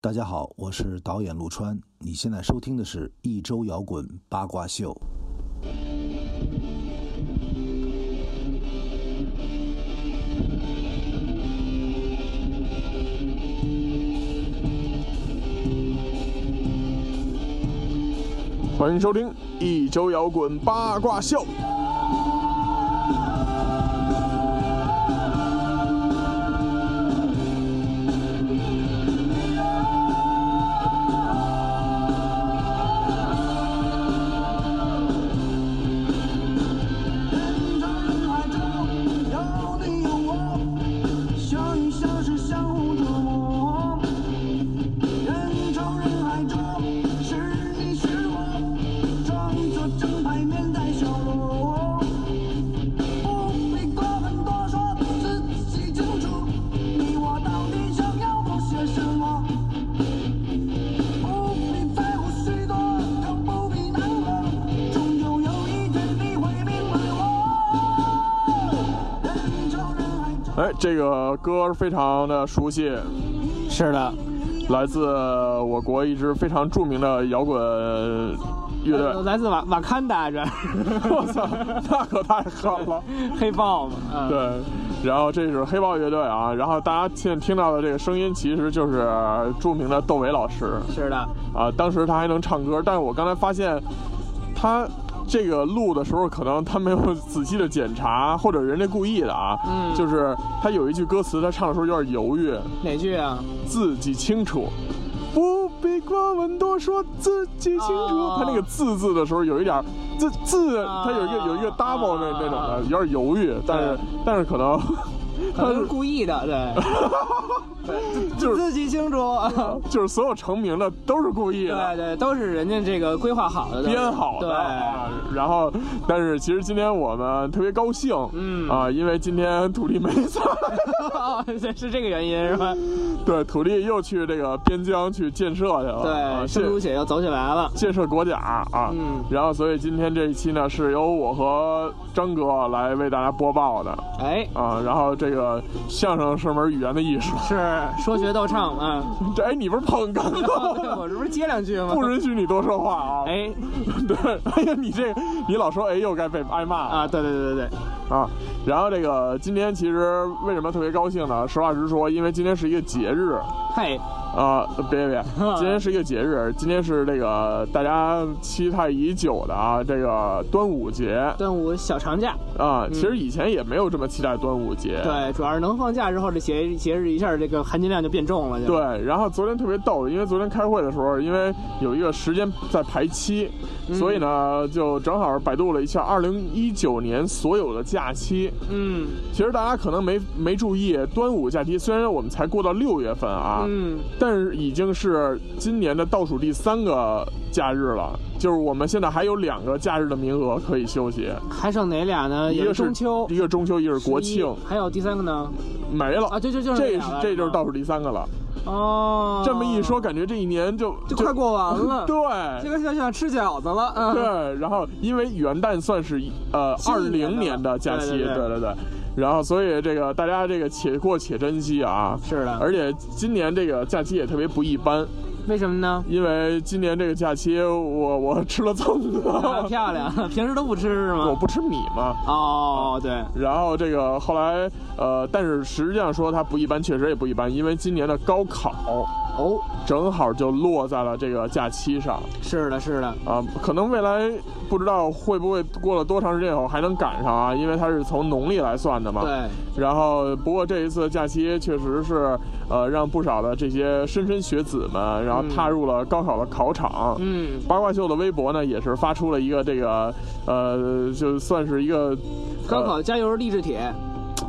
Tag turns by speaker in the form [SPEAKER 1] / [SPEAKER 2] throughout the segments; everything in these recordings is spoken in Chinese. [SPEAKER 1] 大家好，我是导演陆川。你现在收听的是一周摇滚八卦秀。
[SPEAKER 2] 欢迎收听一周摇滚八卦秀。
[SPEAKER 3] 人潮人海中，有你有我，相遇相识相互折磨。人潮人海中，是你是我，装作正牌面带笑容。不必过分多说，自己清楚，你我到底想要的些什么。不必在乎许多，更不必难过，终究有一天你会明白我。人潮人海中。
[SPEAKER 2] 哎，这个歌非常的熟悉，
[SPEAKER 4] 是的，
[SPEAKER 2] 来自我国一支非常著名的摇滚乐队。
[SPEAKER 4] 来自瓦瓦坎达 这儿，
[SPEAKER 2] 我操，那可太狠了！
[SPEAKER 4] 黑豹嘛，嗯，
[SPEAKER 2] 对，然后这是黑豹乐队啊，然后大家现在听到的这个声音其实就是著名的窦唯老师
[SPEAKER 4] 是的，
[SPEAKER 2] 啊，当时他还能唱歌，但是我刚才发现他。这个录的时候，可能他没有仔细的检查，或者人家故意的啊，
[SPEAKER 4] 嗯
[SPEAKER 2] 就是他有一句歌词，他唱的时候有点犹豫，
[SPEAKER 4] 哪句啊？
[SPEAKER 2] 自己清楚，不必过问多说，自己清楚。
[SPEAKER 4] 哦
[SPEAKER 2] 他那个字字的时候有一点儿字字，
[SPEAKER 4] 啊
[SPEAKER 2] 他有一个有一个 double 那
[SPEAKER 4] 啊
[SPEAKER 2] 那种的，有点犹豫，但是但是可能
[SPEAKER 4] 可能是故意的， 对，
[SPEAKER 2] 就是
[SPEAKER 4] 自己清楚，
[SPEAKER 2] 就是所有成名的都是故意
[SPEAKER 4] 对
[SPEAKER 2] 的。
[SPEAKER 4] 对，都是人家这个规划好的，都是
[SPEAKER 2] 编好的，啊
[SPEAKER 4] 对，
[SPEAKER 2] 然后，但是其实今天我们特别高兴，
[SPEAKER 4] 嗯
[SPEAKER 2] 啊，因为今天土地没在，
[SPEAKER 4] 哦， 是是这个原因是吧？
[SPEAKER 2] 对，土地又去这个边疆去建设去了，啊
[SPEAKER 4] 对，
[SPEAKER 2] 建
[SPEAKER 4] 深度血又走起来了，
[SPEAKER 2] 建设国家啊，
[SPEAKER 4] 嗯
[SPEAKER 2] 然后所以今天这一期呢是由我和张哥来为大家播报的
[SPEAKER 4] 哎，
[SPEAKER 2] 啊，然后这个相声是门语言的艺术，
[SPEAKER 4] 是说学逗唱啊，
[SPEAKER 2] 这哎你不是捧哏
[SPEAKER 4] 哦对
[SPEAKER 2] 吗？
[SPEAKER 4] 我这不是接两句吗？
[SPEAKER 2] 不允许你多说话啊！，
[SPEAKER 4] 哎
[SPEAKER 2] 对，哎呀，你这你老说哎又该被挨骂了
[SPEAKER 4] 啊，对对对对对，
[SPEAKER 2] 啊！然后这个今天其实为什么特别高兴呢？实话实说，因为今天是一个节日，
[SPEAKER 4] 嘿，
[SPEAKER 2] 啊，别别别，今天是一个节日，今天是这个大家期待已久的啊，这个端午节
[SPEAKER 4] 端午小长假，
[SPEAKER 2] 啊。其实以前也没有这么期待端午节，
[SPEAKER 4] 对，主要是能放假之后，这节节日一下这个含金量就变重了，就。
[SPEAKER 2] 对。然后昨天特别逗，因为昨天开会的时候，因为有一个时间在排期，所以呢就正好百度了一下二零一九年所有的假期。
[SPEAKER 4] 嗯
[SPEAKER 2] 其实大家可能没没注意，端午假期虽然我们才过到六月份啊，
[SPEAKER 4] 嗯，
[SPEAKER 2] 但是已经是今年的倒数第三个假日了，就是我们现在还有两个假日的名额可以休息，
[SPEAKER 4] 还剩哪俩呢？
[SPEAKER 2] 一
[SPEAKER 4] 啊有
[SPEAKER 2] 个是
[SPEAKER 4] 中秋、
[SPEAKER 2] 一个中秋，一个是国庆，
[SPEAKER 4] 11还有第三个呢？
[SPEAKER 2] 没了
[SPEAKER 4] 啊，对，就就是
[SPEAKER 2] 这
[SPEAKER 4] 俩了
[SPEAKER 2] 这就是
[SPEAKER 4] 吗
[SPEAKER 2] 倒数第三个了。
[SPEAKER 4] 哦。
[SPEAKER 2] 这么一说，，感觉这一年就。
[SPEAKER 4] 就快过完了
[SPEAKER 2] 对
[SPEAKER 4] 这个想想吃饺子了，嗯，
[SPEAKER 2] 对，然后因为元旦算是一呃二
[SPEAKER 4] 新一年的
[SPEAKER 2] 零年的假期，
[SPEAKER 4] 对对对
[SPEAKER 2] 对对，然后所以这个大家这个且过且珍惜啊。
[SPEAKER 4] 是的。
[SPEAKER 2] 而且今年这个假期也特别不一般，
[SPEAKER 4] 为什么 呢？
[SPEAKER 2] 因为今年这个假期我我吃了粽子，
[SPEAKER 4] 啊漂亮， 平时都不吃是
[SPEAKER 2] 我
[SPEAKER 4] 吗？
[SPEAKER 2] 不吃米嘛。
[SPEAKER 4] 哦，对，
[SPEAKER 2] 然后这个后来，呃，但是实际上说它不一般，确实也不一般，因为今年的高考
[SPEAKER 4] 哦，
[SPEAKER 2] 正好就落在了这个假期上
[SPEAKER 4] 是的，是的，
[SPEAKER 2] 啊、可能未来不知道会不会过了多长时间以后还能赶上啊，因为它是从农历来算的嘛。。
[SPEAKER 4] 对，
[SPEAKER 2] 然后，不过这一次假期确实是，呃，让不少的这些莘莘学子们，然后
[SPEAKER 4] 嗯
[SPEAKER 2] 踏入了高考的考场。
[SPEAKER 4] 嗯，
[SPEAKER 2] 八卦秀的微博呢，也是发出了一个这个，呃，就算是一个呃
[SPEAKER 4] 高考加油励志帖，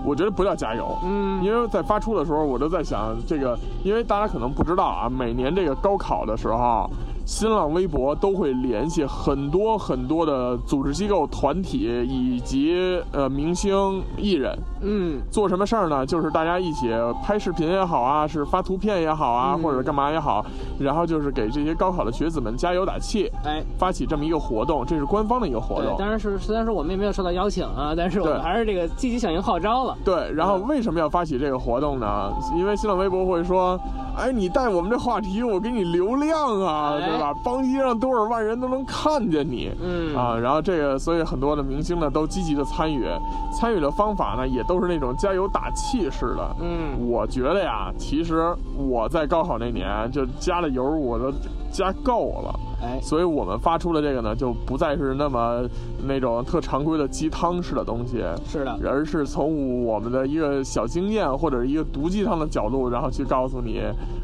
[SPEAKER 2] 我觉得不叫加油，
[SPEAKER 4] 嗯
[SPEAKER 2] 因为在发出的时候，我就在想这个，因为大家可能不知道啊，每年这个高考的时候，新浪微博都会联系很多很多的组织机构、团体以及呃明星艺人，
[SPEAKER 4] 嗯，
[SPEAKER 2] 做什么事儿呢？就是大家一起拍视频也好啊，是发图片也好啊，
[SPEAKER 4] 嗯
[SPEAKER 2] 或者干嘛也好，然后就是给这些高考的学子们加油打气，
[SPEAKER 4] 哎，
[SPEAKER 2] 发起这么一个活动，这是官方的一个活
[SPEAKER 4] 对，
[SPEAKER 2] 动。
[SPEAKER 4] 当然是虽然说我们也没有收到邀请啊，但是我们
[SPEAKER 2] 对
[SPEAKER 4] 还是这个积极响应号召了。
[SPEAKER 2] 对，然后为什么要发起这个活动呢？因为新浪微博会说，哎，你带我们这话题，我给你流量啊，
[SPEAKER 4] 哎
[SPEAKER 2] 对吧？邦基让多少万人都能看见你。
[SPEAKER 4] 嗯
[SPEAKER 2] 啊，然后这个，所以很多的明星呢都积极的参与，参与的方法呢也都是那种加油打气式的。
[SPEAKER 4] 嗯，
[SPEAKER 2] 我觉得呀，其实我在高考那年就加了油，我都加够了，
[SPEAKER 4] 哎，
[SPEAKER 2] 所以我们发出的这个呢，就不再是那么那种特常规的鸡汤式的东西，
[SPEAKER 4] 是的，
[SPEAKER 2] 而是从我们的一个小经验或者一个毒鸡汤的角度，然后去告诉你，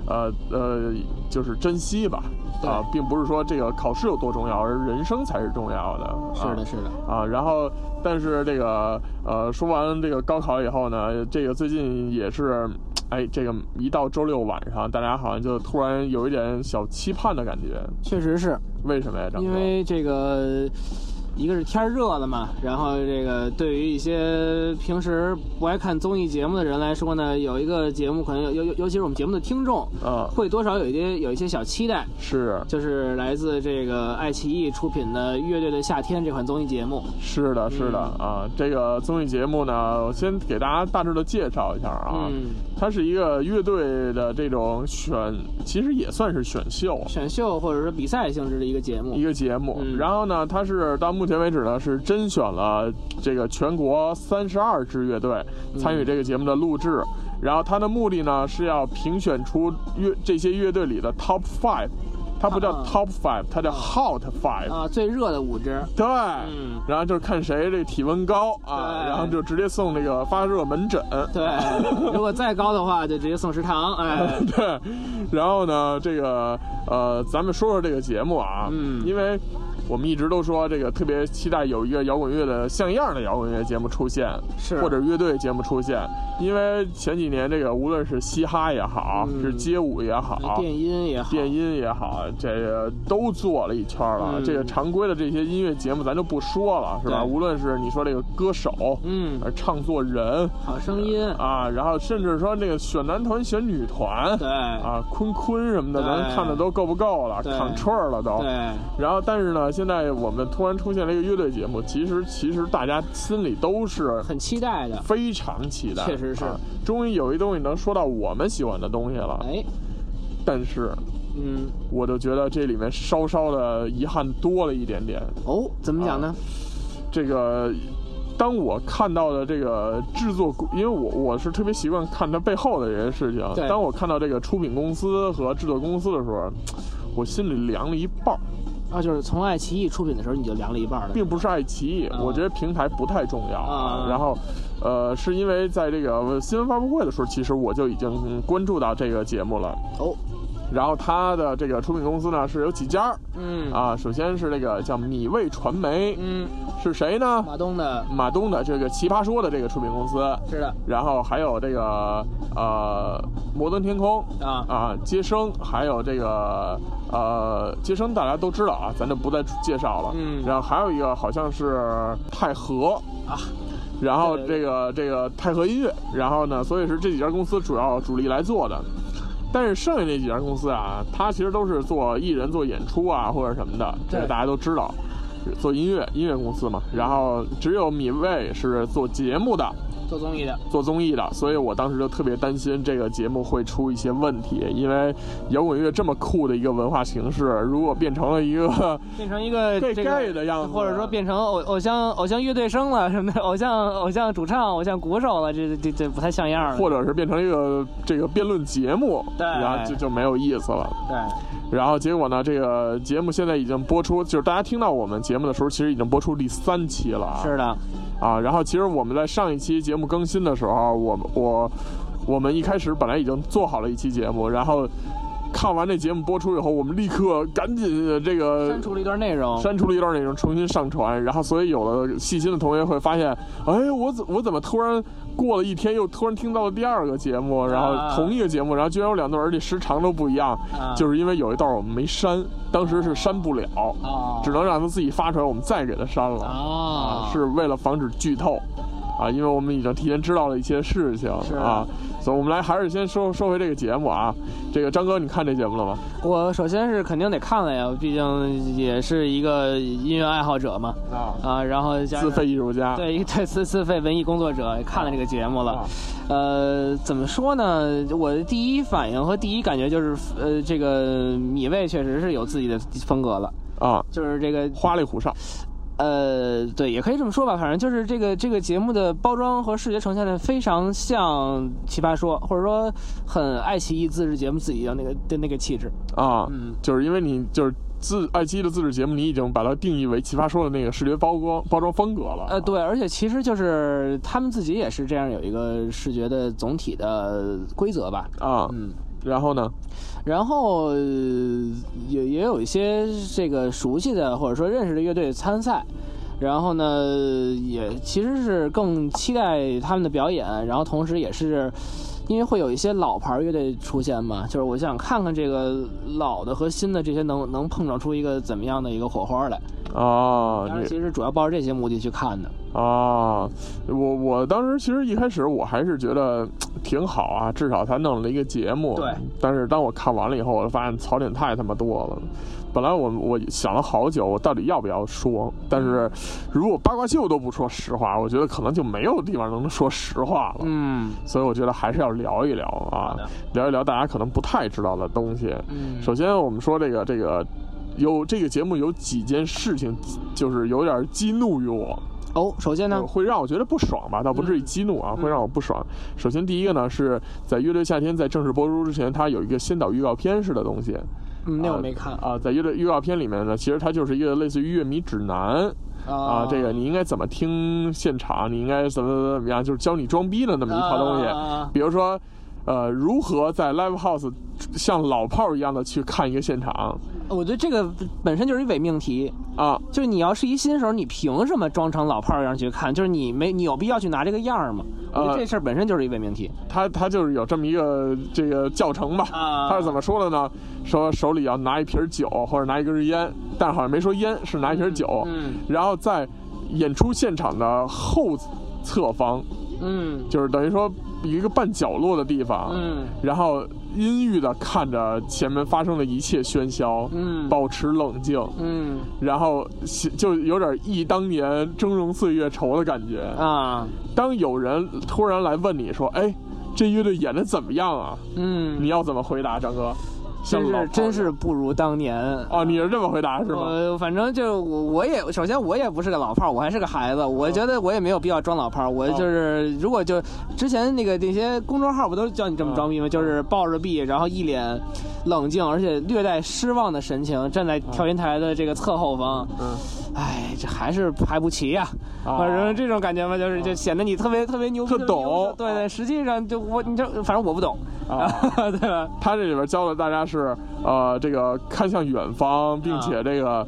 [SPEAKER 2] 呃呃，就是珍惜吧，
[SPEAKER 4] 对
[SPEAKER 2] 啊，并不是说这个考试有多重要，而人生才是重要的，啊
[SPEAKER 4] 是的，是的，
[SPEAKER 2] 啊，然后但是这个呃，说完这个高考以后呢，这个最近也是，哎，这个一到周六晚上，大家好像就突然有一点小期盼的感觉，
[SPEAKER 4] 确实是
[SPEAKER 2] 为什么呀？张哥
[SPEAKER 4] 因为这个。一个是天儿热了嘛，然后这个对于一些平时不爱看综艺节目的人来说呢，有一个节目可能有尤尤尤其是我们节目的听众，
[SPEAKER 2] 啊，
[SPEAKER 4] 会多少有一些有一些小期待，
[SPEAKER 2] 是
[SPEAKER 4] 就是来自这个爱奇艺出品的《乐队的夏天》这款综艺节目。
[SPEAKER 2] 是的，是的、
[SPEAKER 4] 嗯
[SPEAKER 2] 啊，这个综艺节目呢，我先给大家大致的介绍一下啊，
[SPEAKER 4] 嗯，
[SPEAKER 2] 它是一个乐队的这种选，其实也算是选秀，啊
[SPEAKER 4] 选秀或者说比赛性质的一个节目
[SPEAKER 2] 一。个节目。
[SPEAKER 4] 嗯
[SPEAKER 2] 然后呢，它是到目前为止呢是甄选了这个全国三十二支乐队参与这个节目的录制。然后它的目的呢是要评选出乐这些乐队里的 Top Five，它不叫
[SPEAKER 4] 啊
[SPEAKER 2] Top Five，它叫
[SPEAKER 4] 啊
[SPEAKER 2] Hot Five。
[SPEAKER 4] 啊，最热的五支，
[SPEAKER 2] 对，
[SPEAKER 4] 嗯
[SPEAKER 2] 然后就是看谁这体温高啊，
[SPEAKER 4] 对
[SPEAKER 2] 然后就直接送这个发热门诊。
[SPEAKER 4] 对，如果再高的话就直接送食堂，哎，
[SPEAKER 2] 对， 然后呢，这个呃，咱们说说这个节目啊，
[SPEAKER 4] 嗯
[SPEAKER 2] 因为我们一直都说这个特别期待有一个摇滚乐的像样的摇滚乐节目出现，
[SPEAKER 4] 是
[SPEAKER 2] 或者乐队节目出现，因为前几年这个无论是嘻哈也好，
[SPEAKER 4] 嗯
[SPEAKER 2] 是街舞也好。
[SPEAKER 4] 电音也好，
[SPEAKER 2] 电音也好，这个都做了一圈了。
[SPEAKER 4] 嗯
[SPEAKER 2] 这个常规的这些音乐节目咱就不说了，是吧？
[SPEAKER 4] 对
[SPEAKER 2] 无论是你说这个歌手，
[SPEAKER 4] 嗯，
[SPEAKER 2] 呃，唱作人
[SPEAKER 4] 好声音，
[SPEAKER 2] 啊，然后甚至说这个选男团、选女团，
[SPEAKER 4] 对，
[SPEAKER 2] 啊，坤坤什么的，
[SPEAKER 4] 对
[SPEAKER 2] 咱看的都够不够了
[SPEAKER 4] 对
[SPEAKER 2] ，control 了都。
[SPEAKER 4] 对，
[SPEAKER 2] 然后，但是呢，现在我们突然出现了一个乐队节目，其实其实大家心里都是
[SPEAKER 4] 很期待的，
[SPEAKER 2] 非常期待，
[SPEAKER 4] 确实是
[SPEAKER 2] 啊终于有一东西能说到我们喜欢的东西了。
[SPEAKER 4] 哎，
[SPEAKER 2] 但是，
[SPEAKER 4] 嗯，
[SPEAKER 2] 我就觉得这里面稍稍的遗憾多了一点点。
[SPEAKER 4] 哦，怎么讲呢？
[SPEAKER 2] 这个，当我看到的这个制作公，因为我我是特别习惯看它背后的这些事情
[SPEAKER 4] 对。
[SPEAKER 2] 当我看到这个出品公司和制作公司的时候，我心里凉了一半儿，
[SPEAKER 4] 啊，就是从爱奇艺出品的时候你就凉了一半了，
[SPEAKER 2] 并不是爱奇艺，
[SPEAKER 4] 啊
[SPEAKER 2] 我觉得平台不太重要。
[SPEAKER 4] 啊
[SPEAKER 2] 然后，呃，是因为在这个新闻发布会的时候，其实我就已经嗯关注到这个节目了。
[SPEAKER 4] 哦，
[SPEAKER 2] 然后它的这个出品公司呢是有几家儿
[SPEAKER 4] 嗯，
[SPEAKER 2] 啊，首先是这个叫米味传媒，
[SPEAKER 4] 嗯，
[SPEAKER 2] 是谁呢？
[SPEAKER 4] 马东的，
[SPEAKER 2] 马东的这个《奇葩说》的这个出品公司，
[SPEAKER 4] 是的，
[SPEAKER 2] 然后还有这个呃摩登天空
[SPEAKER 4] 啊
[SPEAKER 2] 啊接生，还有这个呃接生大家都知道啊，咱就不再介绍了。
[SPEAKER 4] 嗯
[SPEAKER 2] 然后还有一个好像是太和
[SPEAKER 4] 啊，
[SPEAKER 2] 然后
[SPEAKER 4] 对
[SPEAKER 2] 这个这个太和音乐，然后呢，所以是这几家公司主要主力来做的。但是剩下那几家公司啊，它其实都是做艺人、做演出啊或者什么的，这个
[SPEAKER 4] 对
[SPEAKER 2] 大家都知道，做音乐音乐公司嘛。然后只有米未是做节目的，
[SPEAKER 4] 做综艺的，
[SPEAKER 2] 做综艺的，所以我当时就特别担心这个节目会出一些问题，因为摇滚乐这么酷的一个文化形式，如果变成了一 个
[SPEAKER 4] 变成一个
[SPEAKER 2] gay
[SPEAKER 4] 这个
[SPEAKER 2] gay 的样子
[SPEAKER 4] 或者说变成偶偶像偶像乐队生了什么的，偶像偶像主唱、偶像鼓手了，这这这不太像样了。
[SPEAKER 2] 或者是变成一个这个辩论节目，
[SPEAKER 4] 对
[SPEAKER 2] 然后就就没有意思了。
[SPEAKER 4] 对，
[SPEAKER 2] 然后结果呢，这个节目现在已经播出，就是大家听到我们节目的时候，其实已经播出第三期了啊。
[SPEAKER 4] 是的，
[SPEAKER 2] 啊，然后其实我们在上一期节目更新的时候，我我我们一开始本来已经做好了一期节目，然后看完这节目播出以后，我们立刻赶紧呃这个
[SPEAKER 4] 删除了一段内容，
[SPEAKER 2] 删除了一段内容，重新上传，然后所以有的细心的同学会发现，哎，我怎我怎么突然过了一天，又突然听到了第二个节目，然后同一个节目，然后居然有两段，而且时长都不一样，
[SPEAKER 4] 啊
[SPEAKER 2] 就是因为有一段我们没删，当时是删不了，
[SPEAKER 4] 哦
[SPEAKER 2] 只能让他自己发出来，我们再给他删了，
[SPEAKER 4] 啊，
[SPEAKER 2] 是为了防止剧透。啊，因为我们已经提前知道了一些事情
[SPEAKER 4] 是
[SPEAKER 2] 啊，所以我们来还是先说说回这个节目啊。这个张哥，你看这节目了吗？
[SPEAKER 4] 我首先是肯定得看了呀，毕竟也是一个音乐爱好者嘛，
[SPEAKER 2] 啊，
[SPEAKER 4] 啊，然后加上
[SPEAKER 2] 自费艺术家，
[SPEAKER 4] 对一个对自自费文艺工作者看了这个节目了
[SPEAKER 2] 啊，
[SPEAKER 4] 呃，怎么说呢？我的第一反应和第一感觉就是，呃，这个米未确实是有自己的风格了，
[SPEAKER 2] 啊，
[SPEAKER 4] 就是这个
[SPEAKER 2] 花里胡哨。
[SPEAKER 4] 呃，对，也可以这么说吧，反正就是这个这个节目的包装和视觉呈现的非常像《奇葩说》，或者说很爱奇艺自制节目自己的那个的那个气质。
[SPEAKER 2] 啊，
[SPEAKER 4] 嗯
[SPEAKER 2] 就是因为你就是自爱奇艺的自制节目，你已经把它定义为《奇葩说》的那个视觉包装包装风格了。
[SPEAKER 4] 呃，对，而且其实就是他们自己也是这样有一个视觉的总体的规则吧。
[SPEAKER 2] 啊，
[SPEAKER 4] 嗯，
[SPEAKER 2] 然后呢？
[SPEAKER 4] 然后、呃也也有一些这个熟悉的或者说认识的乐队参赛，然后呢也其实是更期待他们的表演，然后同时也是因为会有一些老牌乐队出现嘛，就是我想看看这个老的和新的这些能能碰撞出一个怎么样的一个火花来。
[SPEAKER 2] 啊，
[SPEAKER 4] 当然，
[SPEAKER 2] 你
[SPEAKER 4] 其实主要抱着这些目的去看的。
[SPEAKER 2] 啊，我我当时其实一开始我还是觉得挺好啊，至少他弄了一个节目。
[SPEAKER 4] 对。
[SPEAKER 2] 但是当我看完了以后，我就发现槽点太他妈多了。本来我我想了好久，我到底要不要说？但
[SPEAKER 4] 嗯
[SPEAKER 2] 是如果八卦秀都不说实话，我觉得可能就没有地方能说实话了。
[SPEAKER 4] 嗯
[SPEAKER 2] 所以我觉得还是要聊一聊啊
[SPEAKER 4] 好的，
[SPEAKER 2] 聊一聊大家可能不太知道的东西。
[SPEAKER 4] 嗯
[SPEAKER 2] 首先，我们说这个这个有这个节目有几件事情，就是有点激怒于我，
[SPEAKER 4] 哦，首先呢
[SPEAKER 2] 呃，会让我觉得不爽吧，倒不至于激怒啊，会让我不爽。首先，第一个呢是在《乐队夏天》在正式播出之前，它有一个先导预告片式的东西。
[SPEAKER 4] 嗯那我
[SPEAKER 2] 啊
[SPEAKER 4] 没看
[SPEAKER 2] 啊，在乐队预告片里面呢，其实它就是一个类似于乐迷指南。啊，这个你应该怎么听现场，你应该怎么怎么怎么样，就是教你装逼的那么一套东西。
[SPEAKER 4] 啊
[SPEAKER 2] 比如说，呃，如何在 live house 像老炮儿一样的去看一个现场
[SPEAKER 4] 哦我觉得这个本身就是一伪命题，
[SPEAKER 2] 啊？
[SPEAKER 4] 就是你要是一新手，你凭什么装成老炮儿一样去看？就是你没你有必要去拿这个样儿吗？我觉得
[SPEAKER 2] 呃
[SPEAKER 4] 这事儿本身就是一伪命题。
[SPEAKER 2] 他他就是有这么一个这个教程吧？
[SPEAKER 4] 啊
[SPEAKER 2] 他是怎么说的呢？说手里要拿一瓶酒或者拿一根烟，但好像没说烟，是拿一瓶酒。
[SPEAKER 4] 嗯嗯
[SPEAKER 2] 然后在演出现场的后侧方，
[SPEAKER 4] 嗯
[SPEAKER 2] 就是等于说一个半角落的地方，
[SPEAKER 4] 嗯
[SPEAKER 2] 然后阴郁的看着前面发生的一切喧嚣，
[SPEAKER 4] 嗯
[SPEAKER 2] 保持冷静，
[SPEAKER 4] 嗯
[SPEAKER 2] 然后就有点忆当年峥嵘岁月稠的感觉。
[SPEAKER 4] 啊
[SPEAKER 2] 当有人突然来问你说：“哎，这乐队演的怎么样啊？”
[SPEAKER 4] 嗯
[SPEAKER 2] 你，要怎么回答，张哥？像
[SPEAKER 4] 真
[SPEAKER 2] 老炮儿
[SPEAKER 4] 是真是不如当年。
[SPEAKER 2] 哦，你是这么回答是吗？
[SPEAKER 4] 我反正就我我也首先我也不是个老炮儿，我还是个孩子，我觉得我也没有必要装老炮儿。我就是如果就之前那个那些公众号不都叫你这么装逼吗？就是抱着币，然后一脸冷静而且略带失望的神情，站在调音台的这个侧后方。
[SPEAKER 2] 嗯，
[SPEAKER 4] 哎，这还是排不齐呀、
[SPEAKER 2] 啊
[SPEAKER 4] 反正这种感觉嘛，就是就显得你特别特别牛逼，
[SPEAKER 2] 特懂
[SPEAKER 4] 啊特别优秀啊对对，实际上就我你这反正我不懂，
[SPEAKER 2] 啊
[SPEAKER 4] 对吧？
[SPEAKER 2] 他这里边教的大家是，呃，这个看向远方，并
[SPEAKER 4] 啊
[SPEAKER 2] 且这个，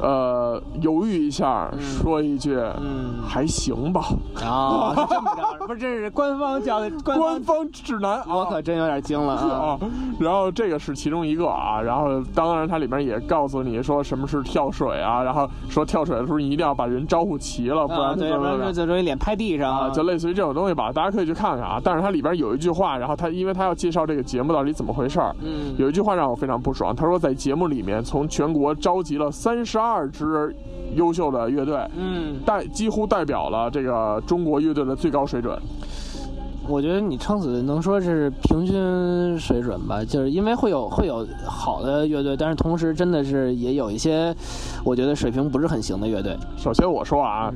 [SPEAKER 2] 呃，犹豫一下，说一句，
[SPEAKER 4] 嗯
[SPEAKER 2] 还行吧。
[SPEAKER 4] 啊， 是这么着，不是这是官方教的，官方
[SPEAKER 2] 官方指南啊，
[SPEAKER 4] 我可真有点惊了 啊！
[SPEAKER 2] 啊，然后这个是其中一个啊，然后当然它里面也告诉你说什么是跳水啊，然后说跳水的时候你一定要把人招呼齐了，不
[SPEAKER 4] 啊，
[SPEAKER 2] 然就怎
[SPEAKER 4] 对，要不
[SPEAKER 2] 么怎
[SPEAKER 4] 然
[SPEAKER 2] 么
[SPEAKER 4] 就
[SPEAKER 2] 样
[SPEAKER 4] 就容易脸拍地上
[SPEAKER 2] 啊，就类似于这种东西吧，大家可以去看看啊。但是它里边有一句话，然后它因为它要介绍这个节目到底怎么回事儿，
[SPEAKER 4] 嗯
[SPEAKER 2] 有一句话让我非常不爽，他说在节目里面从全国召集了三十二支优秀的乐队。
[SPEAKER 4] 嗯，
[SPEAKER 2] 代几乎代表了这个中国乐队的最高水准，
[SPEAKER 4] 我觉得你撑死能说是平均水准吧，就是因为会有会有好的乐队，但是同时真的是也有一些我觉得水平不是很行的乐队。
[SPEAKER 2] 首先我说啊，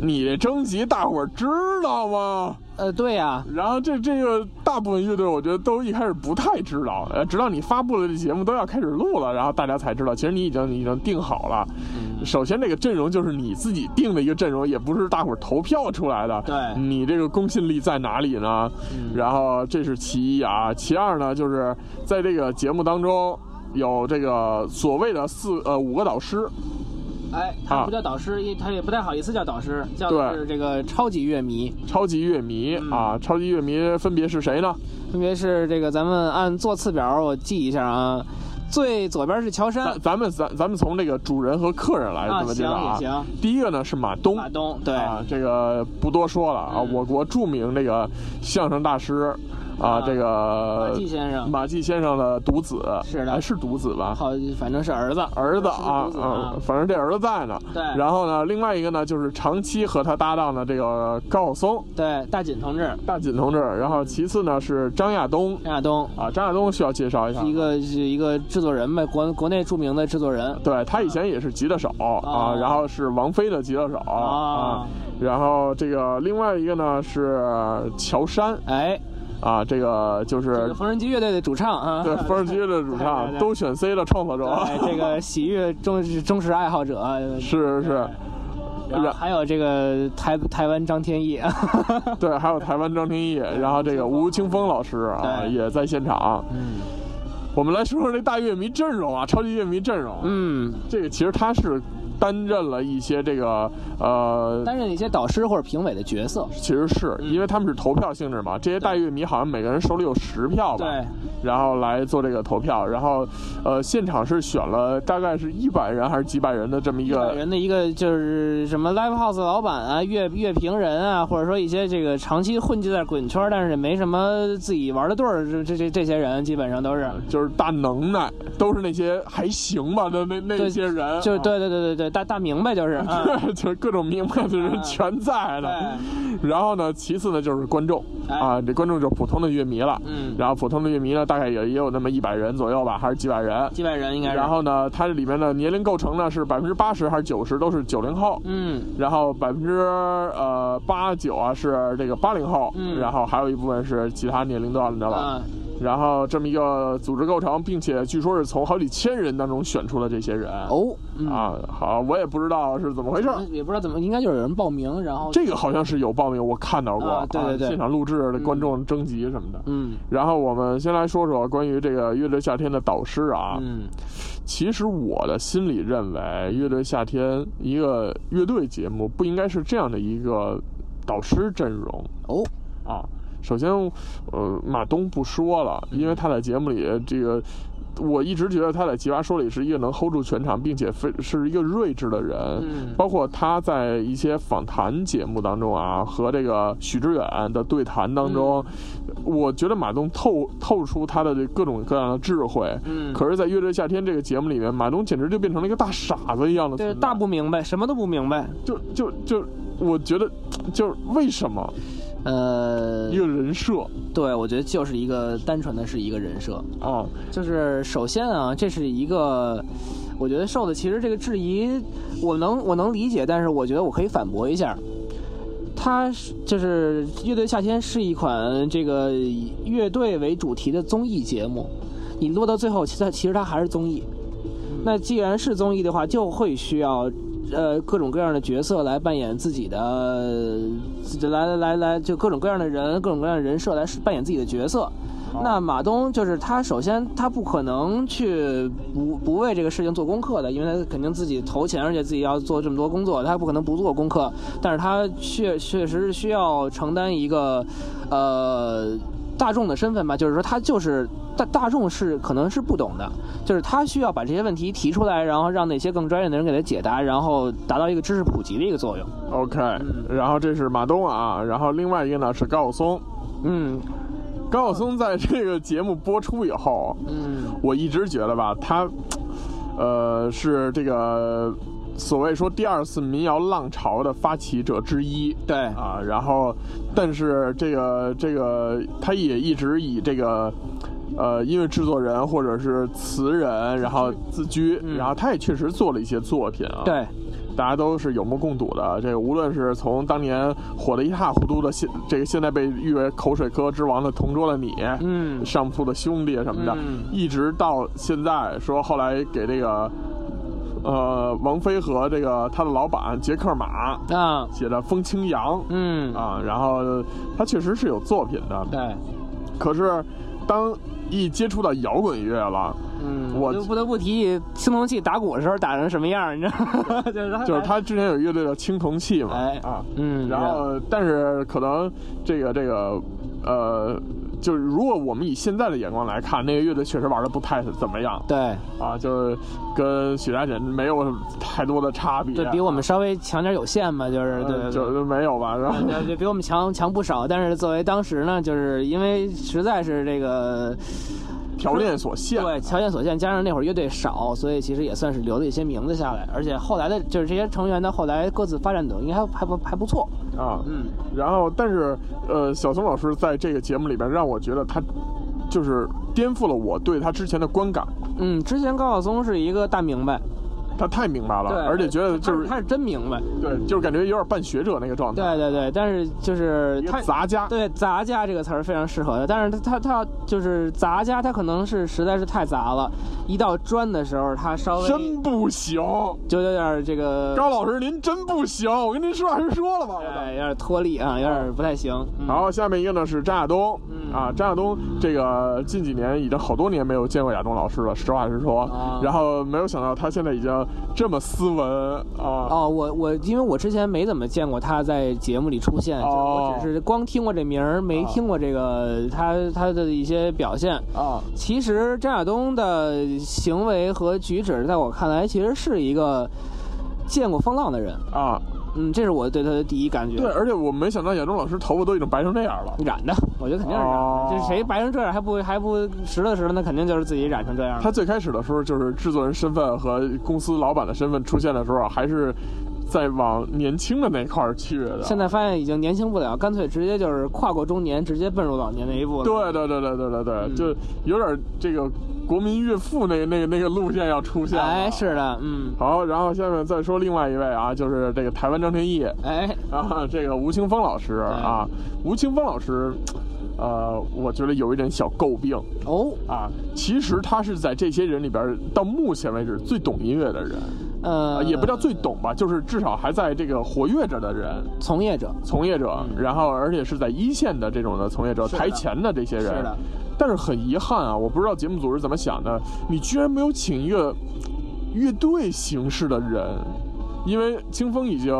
[SPEAKER 2] 你这征集大伙儿知道吗？
[SPEAKER 4] 呃，对呀、
[SPEAKER 2] 然后这这个大部分乐队，我觉得都一开始不太知道，
[SPEAKER 4] 嗯
[SPEAKER 2] 呃，直到你发布了这节目都要开始录了，然后大家才知道，其实你已经你已经定好了。首先这个阵容就是你自己定的一个阵容，也不是大伙儿投票出来的。
[SPEAKER 4] 对
[SPEAKER 2] 你这个公信力在哪里呢？然后这是其一啊，其二呢，就是在这个节目当中有这个所谓的四呃五个导师，
[SPEAKER 4] 哎，他不叫导师，因为他也不太好意思叫导师，叫的
[SPEAKER 2] 啊对
[SPEAKER 4] 是这个超级乐迷，
[SPEAKER 2] 超级乐迷、啊，超级乐迷分别是谁呢？
[SPEAKER 4] 分别是这个咱们按座次表我记一下啊，最左边是乔
[SPEAKER 2] 咱
[SPEAKER 4] 杉、
[SPEAKER 2] 咱们咱咱们从这个主人和客人来
[SPEAKER 4] 啊
[SPEAKER 2] 怎么介绍啊？
[SPEAKER 4] 行也行
[SPEAKER 2] 第一个呢是马东。
[SPEAKER 4] 马东，对，
[SPEAKER 2] 啊，这个不多说了啊，
[SPEAKER 4] 嗯
[SPEAKER 2] 我国著名这个相声大师啊，
[SPEAKER 4] 啊
[SPEAKER 2] 这个
[SPEAKER 4] 马季先生
[SPEAKER 2] 马季先生的独子，
[SPEAKER 4] 是的
[SPEAKER 2] 哎是独子吧？
[SPEAKER 4] 好，反正是儿子，
[SPEAKER 2] 儿子
[SPEAKER 4] 是
[SPEAKER 2] 啊
[SPEAKER 4] 独子
[SPEAKER 2] 啊，反正这儿子在呢。
[SPEAKER 4] 对
[SPEAKER 2] 然后呢，另外一个呢，就是长期和他搭档的这个高晓松、
[SPEAKER 4] 对，大锦同志，
[SPEAKER 2] 大锦同志。然后其次呢是张亚东
[SPEAKER 4] 张亚东。
[SPEAKER 2] 啊，张亚东需要介绍一下
[SPEAKER 4] 是
[SPEAKER 2] 吗。
[SPEAKER 4] 嗯一个是一个制作人呗，国国内著名的制作人，
[SPEAKER 2] 对他以前也是吉他手啊，然后是王菲的吉他手啊
[SPEAKER 4] 哦啊，
[SPEAKER 2] 然后这个另外一个呢是乔杉
[SPEAKER 4] 哎，
[SPEAKER 2] 啊，这个就
[SPEAKER 4] 这
[SPEAKER 2] 是
[SPEAKER 4] 个缝纫机乐队的主唱啊，
[SPEAKER 2] 对缝纫 机的主
[SPEAKER 4] 对对
[SPEAKER 2] 唱，
[SPEAKER 4] 对
[SPEAKER 2] 都选 C 的创作者，
[SPEAKER 4] 哎，这个喜乐忠忠实爱好者，啊
[SPEAKER 2] 是是，
[SPEAKER 4] 然后还有这个台台湾张天翼，啊
[SPEAKER 2] 对，还有台湾张天翼，然后这个吴青峰老师啊
[SPEAKER 4] 对嗯
[SPEAKER 2] 也在现场。我们来说说这大乐迷阵容啊，超级乐迷阵容，
[SPEAKER 4] 嗯，
[SPEAKER 2] 这个其实他是担任了一些这个呃
[SPEAKER 4] 担任一些导师或者评委的角色，
[SPEAKER 2] 其实是
[SPEAKER 4] 嗯
[SPEAKER 2] 因为他们是投票性质嘛，这些大乐迷好像每个人手里有十票吧，
[SPEAKER 4] 对，
[SPEAKER 2] 然后来做这个投票，然后呃现场是选了大概是一百人还是几百人的这么一
[SPEAKER 4] 个
[SPEAKER 2] 个。
[SPEAKER 4] 人的一个就是什么 live house 老板啊、乐乐评人啊，或者说一些这个长期混迹在滚圈，但是也没什么自己玩的队儿，这这这这些人基本上都是。
[SPEAKER 2] 就是大能耐，都是那些还行吧的那那
[SPEAKER 4] 对
[SPEAKER 2] 些人，
[SPEAKER 4] 就
[SPEAKER 2] 啊
[SPEAKER 4] 对对对对对，大大明白就是，嗯
[SPEAKER 2] 就是各种明白的人全在 了。然后呢，其次呢就是观众
[SPEAKER 4] 哎
[SPEAKER 2] 啊，这观众就是普通的乐迷了。
[SPEAKER 4] 嗯
[SPEAKER 2] 然后普通的乐迷呢，大概也也有那么一百人左右吧，还是几百人。
[SPEAKER 4] 几百人应该是。
[SPEAKER 2] 然，后呢，它这里面的年龄构成呢是百分之八十还是九十都是九零后，
[SPEAKER 4] 嗯，
[SPEAKER 2] 然后百分之呃八九啊是这个八零后，
[SPEAKER 4] 嗯
[SPEAKER 2] 然后还有一部分是其他年龄段的了。
[SPEAKER 4] 啊，
[SPEAKER 2] 然后这么一个组织构成，并且据说是从好几千人当中选出了这些人。
[SPEAKER 4] 哦，嗯，
[SPEAKER 2] 啊，好，我也不知道是怎么回事儿。
[SPEAKER 4] 也不知道怎么，应该就是有人报名，然后，
[SPEAKER 2] 这个好像是有报名，我看到过，
[SPEAKER 4] 啊对对对
[SPEAKER 2] 现场录制的观众征集什么的。
[SPEAKER 4] 嗯
[SPEAKER 2] 然后我们先来说说关于这个乐队夏天的导师啊，
[SPEAKER 4] 嗯，
[SPEAKER 2] 其实我的心里认为，乐队夏天一个乐队节目不应该是这样的一个导师阵容
[SPEAKER 4] 哦，
[SPEAKER 2] 啊。首先，呃，马东不说了，因为他在节目里这个。我一直觉得他在《奇葩说》里是一个能 hold 住全场，并且非是一个睿智的人，
[SPEAKER 4] 嗯
[SPEAKER 2] 包括他在一些访谈节目当中啊，和这个许知远的对谈当中，
[SPEAKER 4] 嗯
[SPEAKER 2] 我觉得马东透透出他的这各种各样的智慧，
[SPEAKER 4] 嗯，
[SPEAKER 2] 可是，在《乐队夏天》这个节目里面，马东简直就变成了一个大傻子一样的存
[SPEAKER 4] 对，
[SPEAKER 2] 在，
[SPEAKER 4] 大不明白，什么都不明白，
[SPEAKER 2] 就就就，我觉得就是为什么
[SPEAKER 4] 呃
[SPEAKER 2] 一，个人设
[SPEAKER 4] 对，我觉得就是一个单纯的是一个人设，
[SPEAKER 2] 啊，
[SPEAKER 4] 就是首先啊，这是一个，我觉得受的其实这个质疑，我能我能理解，但是我觉得我可以反驳一下。它是就是《乐队夏天》是一款这个以乐队为主题的综艺节目，你落到最后，其实它其实它还是综艺。那既然是综艺的话，就会需要呃各种各样的角色来扮演自己的，呃自己来来来来，就各种各样的人，各种各样的人设来扮演自己的角色。那马东就是他，首先他不可能去不不为这个事情做功课的，因为他肯定自己投钱，而且自己要做这么多工作，他不可能不做功课。但是他确确实是需要承担一个，呃。大众的身份吧，就是说他就是大大众是可能是不懂的，就是他需要把这些问题提出来，然后让那些更专业的人给他解答，然后达到一个知识普及的一个作用。
[SPEAKER 2] OK，、然
[SPEAKER 4] 嗯
[SPEAKER 2] 后这是马东啊，然后另外一个呢是高晓松，
[SPEAKER 4] 嗯
[SPEAKER 2] 高晓松在这个节目播出以后，
[SPEAKER 4] 嗯
[SPEAKER 2] 我一直觉得吧，他，呃，是这个所谓说第二次民谣浪潮的发起者之一，
[SPEAKER 4] 对
[SPEAKER 2] 啊，然后，但是这个这个，他也一直以这个。呃，音乐制作人或者是词人，然后自居，
[SPEAKER 4] 嗯
[SPEAKER 2] 然后他也确实做了一些作品啊。，
[SPEAKER 4] 对，
[SPEAKER 2] 大家都是有目共睹的。这个无论是从当年火得一塌糊涂的现，这个现在被誉为口水歌之王的《同桌的你》，
[SPEAKER 4] 嗯
[SPEAKER 2] 上铺的兄弟什么的，
[SPEAKER 4] 嗯
[SPEAKER 2] 一直到现在说后来给这个呃，王菲和这个他的老板杰克马
[SPEAKER 4] 啊，
[SPEAKER 2] 写的《风清扬》
[SPEAKER 4] 嗯，
[SPEAKER 2] 啊，然后他确实是有作品的，
[SPEAKER 4] 对，
[SPEAKER 2] 可是当一接触到摇滚乐了，
[SPEAKER 4] 嗯，
[SPEAKER 2] 我
[SPEAKER 4] 就不得不提起青铜器打鼓的时候打成什么样儿，你知道吗？ 就是 他
[SPEAKER 2] 就是，他之前有乐队叫青铜器嘛，
[SPEAKER 4] 哎
[SPEAKER 2] 啊，
[SPEAKER 4] 嗯，
[SPEAKER 2] 然后但是可能这个这个呃。就是如果我们以现在的眼光来看，那个乐队确实玩的不太怎么样
[SPEAKER 4] 对
[SPEAKER 2] 啊，就是跟许家人没有太多的差别，
[SPEAKER 4] 对比我们稍微强点儿有限吧，就是对
[SPEAKER 2] 呃
[SPEAKER 4] 对对。
[SPEAKER 2] 嗯就没有吧，然后
[SPEAKER 4] 对，对比我们强强不少，但是作为当时呢，就是因为实在是这个
[SPEAKER 2] 条件啊所限，
[SPEAKER 4] 对条件所限，加上那会儿乐队少，所以其实也算是留了一些名字下来。而且后来的，就是这些成员呢，后来各自发展的应该还还不还不错。
[SPEAKER 2] 啊，
[SPEAKER 4] 嗯，
[SPEAKER 2] 然后但是呃，小松老师在这个节目里边让我觉得他就是颠覆了我对他之前的观感，
[SPEAKER 4] 嗯，之前高晓松是一个大明白，
[SPEAKER 2] 他太明白了，
[SPEAKER 4] 对，
[SPEAKER 2] 啊而且觉得就是
[SPEAKER 4] 他是真明白，
[SPEAKER 2] 对，就是感觉有点半学者那个状态，
[SPEAKER 4] 对对对，但是就是
[SPEAKER 2] 一
[SPEAKER 4] 他
[SPEAKER 2] 个杂家，
[SPEAKER 4] 对“杂家”这个词儿非常适合他，但是他他他就是杂家，他可能是实在是太杂了，一到专的时候，他稍微
[SPEAKER 2] 真不行，
[SPEAKER 4] 就有点儿这个
[SPEAKER 2] 高老师您真不行，我跟您实话实说了吧，我
[SPEAKER 4] 哎，
[SPEAKER 2] 的。
[SPEAKER 4] 有点脱力啊，有点不太行。嗯
[SPEAKER 2] 然，后下面一个呢是张亚东、
[SPEAKER 4] 嗯
[SPEAKER 2] 啊，张亚东这个近几年已经好多年没有见过亚东老师了，实话实说。
[SPEAKER 4] 啊
[SPEAKER 2] 然后没有想到他现在已经这么斯文啊，
[SPEAKER 4] 哦，我我因为我之前没怎么见过他在节目里出现，就是
[SPEAKER 2] 哦
[SPEAKER 4] 我只是光听过这名儿，没听过这个他他的一些表现。
[SPEAKER 2] 啊，
[SPEAKER 4] 其实张亚东的行为和举止，在我看来，其实是一个见过风浪的人。
[SPEAKER 2] 啊，
[SPEAKER 4] 嗯，这是我对他的第一感觉。
[SPEAKER 2] 对，，而且我没想到亚东老师头发都已经白成这样了。
[SPEAKER 4] 染的，我觉得肯定是染
[SPEAKER 2] 哦
[SPEAKER 4] 的。这谁白成这样还不还不拾掇拾掇，那肯定就是自己染成这样了。
[SPEAKER 2] 他最开始的时候，就是制作人身份和公司老板的身份出现的时候，还是在往年轻的那块儿去的。
[SPEAKER 4] 现在发现已经年轻不了，干脆直接就是跨过中年，直接奔入老年那一步了。
[SPEAKER 2] 对对对对对对对，
[SPEAKER 4] 嗯
[SPEAKER 2] 就有点这个国民岳父那个那个那个路线要出现了。
[SPEAKER 4] 哎，是的，嗯，
[SPEAKER 2] 好，然后下面再说另外一位啊，就是这个台湾张天翼
[SPEAKER 4] 哎，
[SPEAKER 2] 啊，这个吴青峰老师啊，吴青峰老师，呃，我觉得有一点小诟病
[SPEAKER 4] 哦，
[SPEAKER 2] 啊。其实他是在这些人里边儿，到目前为止最懂音乐的人，
[SPEAKER 4] 呃，
[SPEAKER 2] 啊也不叫最懂吧，就是至少还在这个活跃着的人、
[SPEAKER 4] 从业者，
[SPEAKER 2] 从业者，然后而且是在一线的这种的从业者、
[SPEAKER 4] 嗯是的
[SPEAKER 2] 台前的这些人。
[SPEAKER 4] 是的，
[SPEAKER 2] 但是很遗憾啊，我不知道节目组是怎么想的，你居然没有请乐乐队形式的人，因为清风已经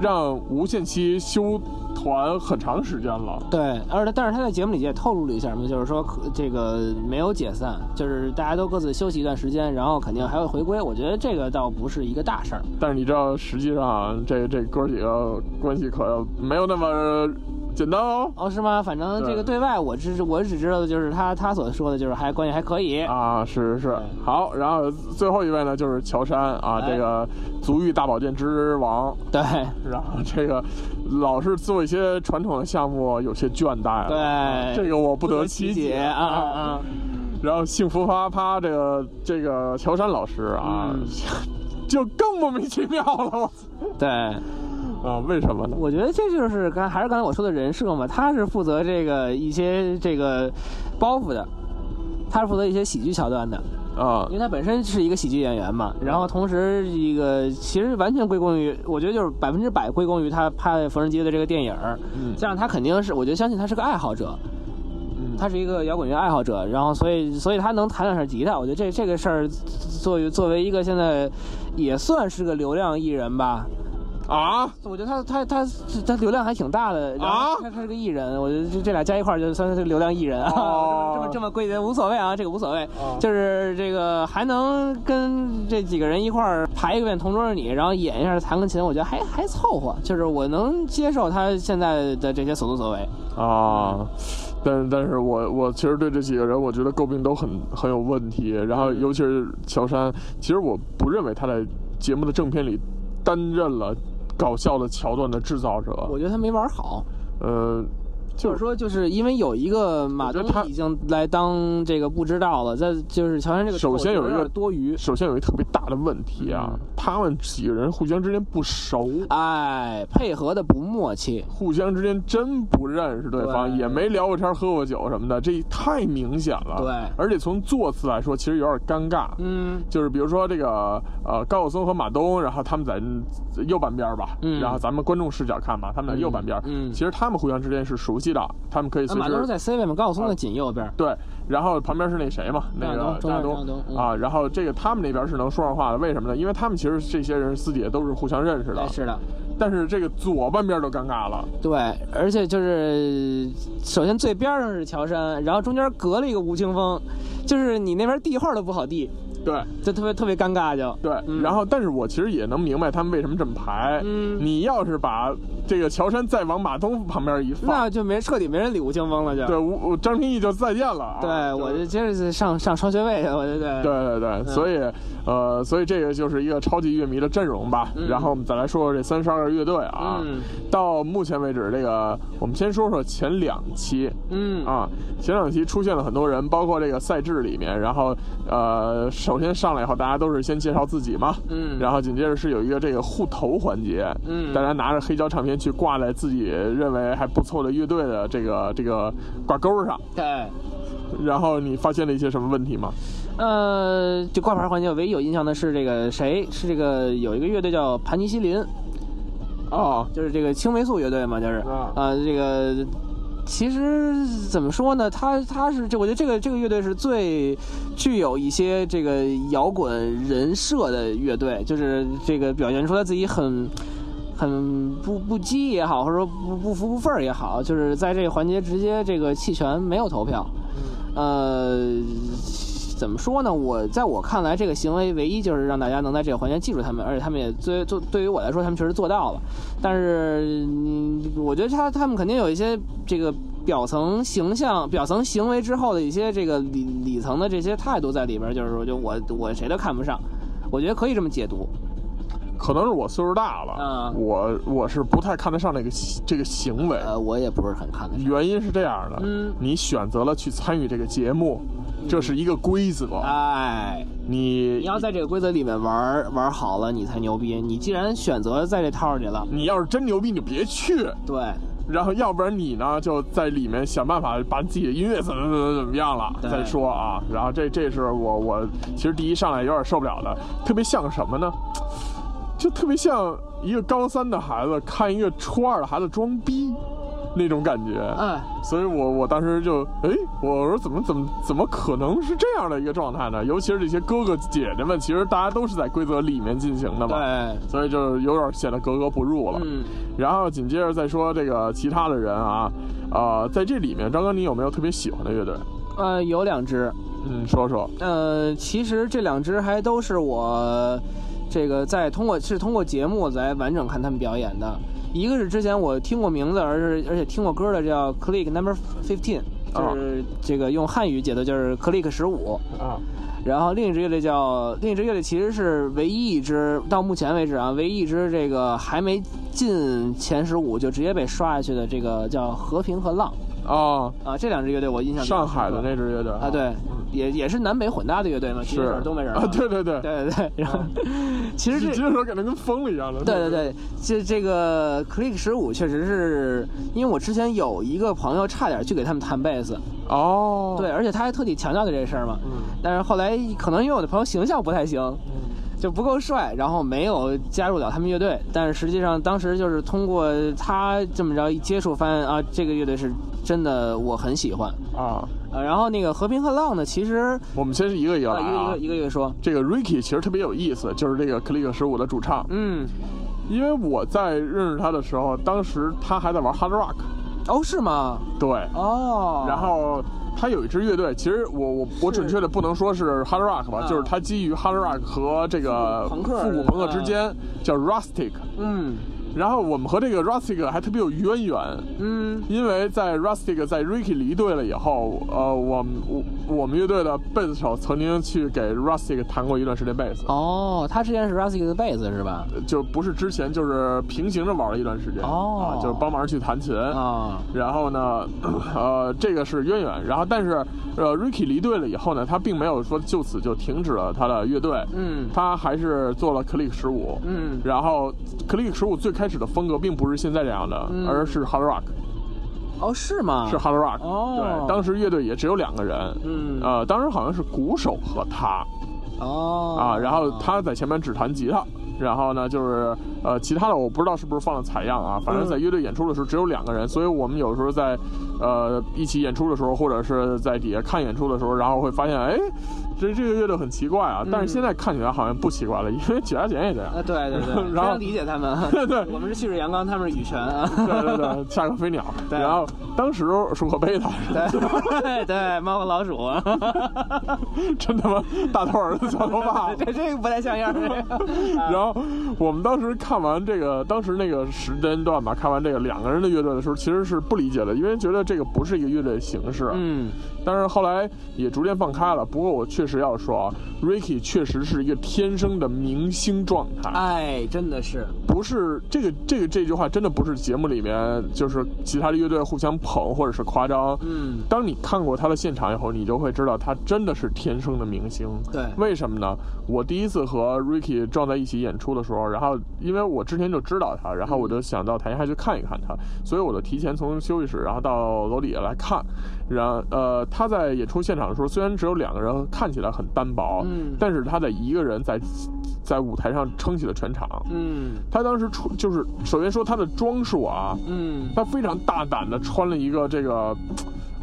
[SPEAKER 2] 让无限期休团很长时间了。
[SPEAKER 4] 对，而且但是他在节目里也透露了一下嘛，就是说可这个没有解散，就是大家都各自休息一段时间，然后肯定还会回归。我觉得这个倒不是一个大事儿，
[SPEAKER 2] 但是你知道，实际上这这哥几个关系可没有那么简单哦。
[SPEAKER 4] 哦，是吗？反正这个
[SPEAKER 2] 对
[SPEAKER 4] 对外我只我只知道的就是他他所说的就是还关系还可以，
[SPEAKER 2] 啊，是是是
[SPEAKER 4] 对，
[SPEAKER 2] 好，然后最后一位呢就是乔杉啊，
[SPEAKER 4] 哎
[SPEAKER 2] 这个足浴大保健之王，
[SPEAKER 4] 对
[SPEAKER 2] 然后这个老是做一些传统的项目，有些倦怠了。
[SPEAKER 4] 对，
[SPEAKER 2] 这个我不
[SPEAKER 4] 不
[SPEAKER 2] 得
[SPEAKER 4] 得
[SPEAKER 2] 其
[SPEAKER 4] 解
[SPEAKER 2] 解。
[SPEAKER 4] 啊啊啊！
[SPEAKER 2] 然后幸福啪啪这个这个乔杉老师啊，
[SPEAKER 4] 嗯
[SPEAKER 2] 就更莫名其妙了
[SPEAKER 4] 对，
[SPEAKER 2] 啊，为什么呢？
[SPEAKER 4] 我觉得这就是刚还是刚才我说的人设嘛，他是负责这个一些这个包袱的，他是负责一些喜剧桥段的，
[SPEAKER 2] 啊
[SPEAKER 4] 因为他本身是一个喜剧演员嘛。然后同时一个其实完全归功于，我觉得就是百分之百归功于他拍的《缝纫机》的这个电影儿，
[SPEAKER 2] 嗯
[SPEAKER 4] 加上他肯定是，我觉得相信他是个爱好者，
[SPEAKER 2] 嗯
[SPEAKER 4] 他是一个摇滚乐爱好者，然后所以所以他能弹两下吉他，我觉得这这个事儿作为作为一个现在也算是个流量艺人吧，
[SPEAKER 2] 啊，
[SPEAKER 4] 我觉得他他他他流量还挺大的然后
[SPEAKER 2] 啊
[SPEAKER 4] 他他是个艺人，我觉得这这俩加一块儿就算是流量艺人啊，
[SPEAKER 2] 哦
[SPEAKER 4] 这么这么归结无所谓啊，这个无所谓，
[SPEAKER 2] 哦
[SPEAKER 4] 就是这个还能跟这几个人一块儿排一个遍《同桌的你》，然后演一下弹个琴，我觉得还还凑合，就是我能接受他现在的这些所作所为。
[SPEAKER 2] 啊，但但是我我其实对这几个人，我觉得诟病都很很有问题。然
[SPEAKER 4] 嗯
[SPEAKER 2] 后尤其是乔杉，其实我不认为他在节目的正片里担任了搞笑的桥段的制造者。
[SPEAKER 4] 我觉得他没玩好，
[SPEAKER 2] 呃，就
[SPEAKER 4] 或者说就是因为有一个马
[SPEAKER 2] 我觉
[SPEAKER 4] 东
[SPEAKER 2] 得他
[SPEAKER 4] 已经来当这个不知道了，再就是乔杉这个
[SPEAKER 2] 首先有一个
[SPEAKER 4] 点儿多余，
[SPEAKER 2] 首先有一特别大的问题啊，
[SPEAKER 4] 嗯
[SPEAKER 2] 他们几个人互相之间不熟，
[SPEAKER 4] 哎，配合的不默契，
[SPEAKER 2] 互相之间真不认识对方，
[SPEAKER 4] 对
[SPEAKER 2] 也没聊过天、喝过酒什么的，这太明显了。
[SPEAKER 4] 对
[SPEAKER 2] 而且从座次来说，其实有点尴尬。
[SPEAKER 4] 嗯，
[SPEAKER 2] 就是比如说这个呃高晓松和马东，然后他们在右半边儿吧，
[SPEAKER 4] 嗯
[SPEAKER 2] 然后咱们观众视角看吧，他们在右半边儿，
[SPEAKER 4] 嗯嗯
[SPEAKER 2] 其实他们互相之间是熟悉的，他们可以
[SPEAKER 4] 那
[SPEAKER 2] 随
[SPEAKER 4] 啊马东是
[SPEAKER 2] 时。
[SPEAKER 4] 在 C 位嘛，高晓
[SPEAKER 2] 啊
[SPEAKER 4] 松在紧右边儿，
[SPEAKER 2] 对，然后旁边是那谁嘛，那个
[SPEAKER 4] 张亚东
[SPEAKER 2] 亚
[SPEAKER 4] 张亚东嗯
[SPEAKER 2] 啊，然后这个他们那边是能说上话的，为什么呢？因为他们其实这些人私底下都是互相认识的
[SPEAKER 4] 哎，是的，
[SPEAKER 2] 但是这个左半边都尴尬了，
[SPEAKER 4] 对，而且就是首先最边儿上是乔杉，然后中间隔了一个吴青峰，就是你那边递话都不好递，
[SPEAKER 2] 对
[SPEAKER 4] 就特别特别尴尬就，
[SPEAKER 2] 对，
[SPEAKER 4] 嗯
[SPEAKER 2] 然后但是我其实也能明白他们为什么这么排，
[SPEAKER 4] 嗯
[SPEAKER 2] 你要是把这个乔杉再往马东旁边一放，
[SPEAKER 4] 那就没彻底没人理吴青峰了就，
[SPEAKER 2] 对，我我张廷义就再见了啊。
[SPEAKER 4] 嗯对我
[SPEAKER 2] 就
[SPEAKER 4] 就是嗯接着上上双学位去，我就对
[SPEAKER 2] 对对对，所以呃，所以这个就是一个超级乐迷的阵容吧。
[SPEAKER 4] 嗯
[SPEAKER 2] 然后我们再来说说这三十二个乐队啊。
[SPEAKER 4] 嗯
[SPEAKER 2] 到目前为止，这个我们先说说前两期
[SPEAKER 4] 嗯
[SPEAKER 2] 啊，前两期出现了很多人，包括这个赛制里面。然后呃，首先上来以后，大家都是先介绍自己嘛。
[SPEAKER 4] 嗯，
[SPEAKER 2] 然后紧接着是有一个这个互投环节，
[SPEAKER 4] 嗯
[SPEAKER 2] 大家拿着黑胶唱片去挂在自己认为还不错的乐队的这个这个挂钩上，
[SPEAKER 4] 对。
[SPEAKER 2] 然后你发现了一些什么问题吗？
[SPEAKER 4] 呃，就挂牌环节，我唯一有印象的是这个谁？是这个有一个乐队叫盘尼西林，
[SPEAKER 2] 哦，
[SPEAKER 4] 就是这个青霉素乐队嘛，就是
[SPEAKER 2] 啊
[SPEAKER 4] 呃，这个其实怎么说呢？他他是这，我觉得这个这个乐队是最具有一些这个摇滚人设的乐队，就是这个表现出他自己很。很不不羁也好，或者说不不服不忿儿也好，就是在这个环节直接这个弃权没有投票，呃，怎么说呢？我在我看来，这个行为唯一就是让大家能在这个环节记住他们，而且他们也最做对于我来说，他们确实做到了。但是，嗯，我觉得他他们肯定有一些这个表层形象、表层行为之后的一些这个里里层的这些态度在里边儿，就是说，就我我谁都看不上，我觉得可以这么解读。
[SPEAKER 2] 可能是我岁数大了，
[SPEAKER 4] 啊
[SPEAKER 2] 我我是不太看得上这个这个行为。
[SPEAKER 4] 呃，我也不是很看得上。
[SPEAKER 2] 原因是这样的，
[SPEAKER 4] 嗯
[SPEAKER 2] 你选择了去参与这个节目，这是一个规则，
[SPEAKER 4] 哎，
[SPEAKER 2] 你
[SPEAKER 4] 你要在这个规则里面玩儿玩儿好了，你才牛逼。你既然选择在这套里了，
[SPEAKER 2] 你要是真牛逼，你就别去，
[SPEAKER 4] 对。
[SPEAKER 2] 然后要不然你呢就在里面想办法把自己的音乐怎么怎么怎么样了
[SPEAKER 4] 对
[SPEAKER 2] 再说啊。然后这这是我我其实第一上来有点受不了的，特别像什么呢？就特别像一个高三的孩子看一个初二的孩子装逼那种感觉。
[SPEAKER 4] 哎，
[SPEAKER 2] 所以我我当时就哎，我说怎么怎么怎么可能是这样的一个状态呢？尤其是这些哥哥姐姐们，其实大家都是在规则里面进行的嘛，
[SPEAKER 4] 对，
[SPEAKER 2] 所以就有点显得格格不入了。
[SPEAKER 4] 嗯，
[SPEAKER 2] 然后紧接着再说这个其他的人啊，呃，在这里面，张哥你有没有特别喜欢的乐队？
[SPEAKER 4] 呃，有两支，
[SPEAKER 2] 嗯，说说。
[SPEAKER 4] 呃，其实这两支还都是我这个在通过是通过节目来完整看他们表演的。一个是之前我听过名字，而是而且听过歌的叫 Click Number Fifteen，就是
[SPEAKER 2] 哦
[SPEAKER 4] 这个用汉语解读就是 Click 十五。
[SPEAKER 2] 啊，
[SPEAKER 4] 然后另一支乐队叫另一支乐队其实是唯一一支到目前为止啊，唯一一支这个还没进前十五就直接被刷下去的这个叫和平和浪
[SPEAKER 2] 哦，
[SPEAKER 4] 啊，这两支乐队我印象比较
[SPEAKER 2] 上海
[SPEAKER 4] 深刻
[SPEAKER 2] 的那支乐队
[SPEAKER 4] 啊，对，也也是南北混搭的乐队嘛，其
[SPEAKER 2] 嗯
[SPEAKER 4] 实
[SPEAKER 2] 是
[SPEAKER 4] 是东北人嘛
[SPEAKER 2] 啊，对对对，
[SPEAKER 4] 对对对，然后 其实
[SPEAKER 2] 你
[SPEAKER 4] 这
[SPEAKER 2] 接着说感觉跟疯了一样的。
[SPEAKER 4] 对对对，这这个 Click 十五确实是因为我之前有一个朋友差点去给他们弹贝斯，
[SPEAKER 2] 哦，嗯
[SPEAKER 4] 对，而且他还特地强调的这事儿嘛，但是后来可能因为我的朋友形象不太行。就不够帅，然后没有加入了他们乐队，但是实际上当时就是通过他这么着一接触，发现啊，这个乐队是真的我很喜欢。
[SPEAKER 2] 啊，
[SPEAKER 4] 呃，然后那个和平和浪呢，其实
[SPEAKER 2] 我们先是一个一个来
[SPEAKER 4] 啊一
[SPEAKER 2] 啊
[SPEAKER 4] 个一个。一个一个说，
[SPEAKER 2] 这个 Ricky 其实特别有意思，就是这个 Click 十五的主唱，
[SPEAKER 4] 嗯，
[SPEAKER 2] 因为我在认识他的时候，当时他还在玩 Hard Rock，
[SPEAKER 4] 哦，是吗？
[SPEAKER 2] 对，
[SPEAKER 4] 哦，
[SPEAKER 2] 然后他有一支乐队，其实我我我准确的不能说是 hard rock 吧，
[SPEAKER 4] 啊
[SPEAKER 2] 就是它基于 hard rock 和这个
[SPEAKER 4] 复古朋克
[SPEAKER 2] 复古朋克之间叫 rustic。
[SPEAKER 4] 嗯，
[SPEAKER 2] 然后我们和这个 Rustic 还特别有渊源，
[SPEAKER 4] 嗯
[SPEAKER 2] 因为在 Rustic 在 Ricky 离队了以后，呃，我们我我们乐队的贝斯手曾经去给 Rustic 弹过一段时间贝斯，
[SPEAKER 4] 哦，他之前是 Rustic 的贝斯是吧？
[SPEAKER 2] 就不是之前就是平行着玩了一段时间，
[SPEAKER 4] 哦
[SPEAKER 2] 啊，就是帮忙去弹琴。
[SPEAKER 4] 啊，
[SPEAKER 2] 然后呢， 呃，这个是渊源。然后，但是，呃，Ricky 离队了以后呢，他并没有说就此就停止了他的乐队，
[SPEAKER 4] 嗯
[SPEAKER 2] 他还是做了 Click 十五，
[SPEAKER 4] 嗯
[SPEAKER 2] 然后 Click 十五最开始的风格并不是现在这样的，
[SPEAKER 4] 嗯
[SPEAKER 2] 而是 Hard Rock，
[SPEAKER 4] 哦是吗？
[SPEAKER 2] 是 Hard Rock、
[SPEAKER 4] 哦
[SPEAKER 2] 对，当时乐队也只有两个人，
[SPEAKER 4] 嗯
[SPEAKER 2] 呃，当时好像是鼓手和他
[SPEAKER 4] 哦
[SPEAKER 2] 啊，然后他在前面只弹吉他。然后呢，就是呃，其他的我不知道是不是放了采样啊，反正
[SPEAKER 4] 嗯
[SPEAKER 2] 在乐队演出的时候只有两个人，所以我们有时候在呃一起演出的时候，或者是在底下看演出的时候，然后会发现，哎，这这个乐队很奇怪啊，
[SPEAKER 4] 嗯
[SPEAKER 2] 但是现在看起来好像不奇怪了，因为九家剪也这 样。
[SPEAKER 4] 啊对对对，非
[SPEAKER 2] 然后
[SPEAKER 4] 常理解他们。
[SPEAKER 2] 对
[SPEAKER 4] 我们是旭日阳刚，他们是羽 泉啊。
[SPEAKER 2] 对对对，下个飞鸟。
[SPEAKER 4] 对
[SPEAKER 2] 然后当时舒克贝塔
[SPEAKER 4] 对对，猫和老 鼠，啊
[SPEAKER 2] 真他妈大头儿子小头爸。
[SPEAKER 4] 这这个不太像样儿。
[SPEAKER 2] 然后我们当时看完这个，当时那个时间段吧，看完这个两个人的乐队的时候，其实是不理解的，因为觉得这个不是一个乐队形式。
[SPEAKER 4] 嗯
[SPEAKER 2] 但是后来也逐渐放开了。不过我确实要说啊，Ricky 确实是一个天生的明星状态。
[SPEAKER 4] 哎，真的是，
[SPEAKER 2] 不是这个这个这句话真的不是节目里面就是其他的乐队互相捧或者是夸张。
[SPEAKER 4] 嗯
[SPEAKER 2] 当你看过他的现场以后，你就会知道他真的是天生的明星。
[SPEAKER 4] 对
[SPEAKER 2] 为什么呢？我第一次和 Ricky 撞在一起演出的时候，然后因为我之前就知道他，然后我就想到台下去看一看他，所以我就提前从休息室，然后到楼底下来看。然呃，他在演出现场的时候，虽然只有两个人，看起来很单薄，
[SPEAKER 4] 嗯
[SPEAKER 2] 但是他得一个人在在舞台上撑起了全场。
[SPEAKER 4] 嗯
[SPEAKER 2] 他当时出就是，首先说他的装束啊，
[SPEAKER 4] 嗯，
[SPEAKER 2] 他非常大胆的穿了一个这个，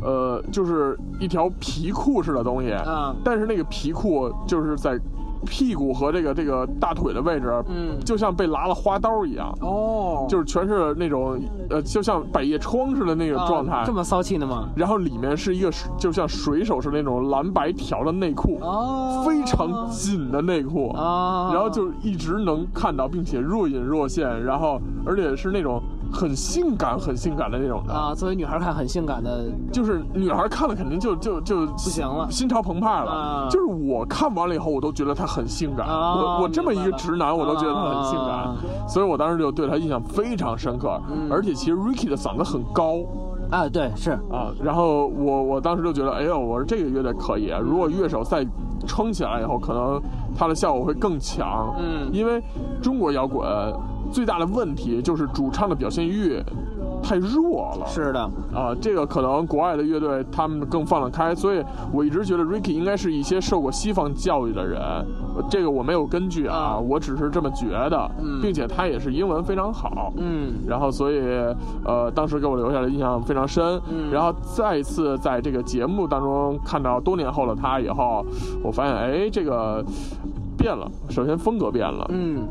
[SPEAKER 2] 呃，就是一条皮裤似的东西，
[SPEAKER 4] 啊
[SPEAKER 2] 但是那个皮裤就是在屁股和这个这个大腿的位置，
[SPEAKER 4] 嗯
[SPEAKER 2] 就像被拉了花刀一样，
[SPEAKER 4] 哦，
[SPEAKER 2] 就是全是那种呃，就像百叶窗似的那个状态。
[SPEAKER 4] 啊这么骚气呢吗？
[SPEAKER 2] 然后里面是一个就像水手是那种蓝白条的内裤，
[SPEAKER 4] 哦，
[SPEAKER 2] 非常紧的内裤
[SPEAKER 4] 啊，
[SPEAKER 2] 然后就一直能看到，并且若隐若现，然后而且是那种很性感、很性感的那种的，
[SPEAKER 4] 啊，作为女孩看很性感的，
[SPEAKER 2] 就是女孩看了肯定就就就不
[SPEAKER 4] 行了
[SPEAKER 2] 心潮澎湃了。
[SPEAKER 4] 啊
[SPEAKER 2] 就是我看完了以后，我都觉得她很性感，
[SPEAKER 4] 啊
[SPEAKER 2] 我我这么一个直男，我都觉得她很性感，
[SPEAKER 4] 啊
[SPEAKER 2] 所以我当时就对她印象非常深刻。
[SPEAKER 4] 嗯
[SPEAKER 2] 而且其实 Ricky 的嗓子很高。
[SPEAKER 4] 啊，对，是，
[SPEAKER 2] 啊，然后我我当时就觉得，哎呦，我说这个乐队可以，如果乐手再撑起来以后，可能它的效果会更强。
[SPEAKER 4] 嗯
[SPEAKER 2] 因为中国摇滚最大的问题就是主唱的表现欲太弱了。
[SPEAKER 4] 是的，
[SPEAKER 2] 啊，这个可能国外的乐队他们更放得开，所以我一直觉得 Ricky 应该是一些受过西方教育的人，呃这个我没有根据啊，
[SPEAKER 4] 啊
[SPEAKER 2] 我只是这么觉得，
[SPEAKER 4] 嗯
[SPEAKER 2] 并且他也是英文非常好。
[SPEAKER 4] 嗯
[SPEAKER 2] 然后所以呃，当时给我留下的印象非常深。
[SPEAKER 4] 嗯
[SPEAKER 2] 然后再一次在这个节目当中看到多年后的他以后，我发现哎，这个变了，首先风格变了，
[SPEAKER 4] 嗯，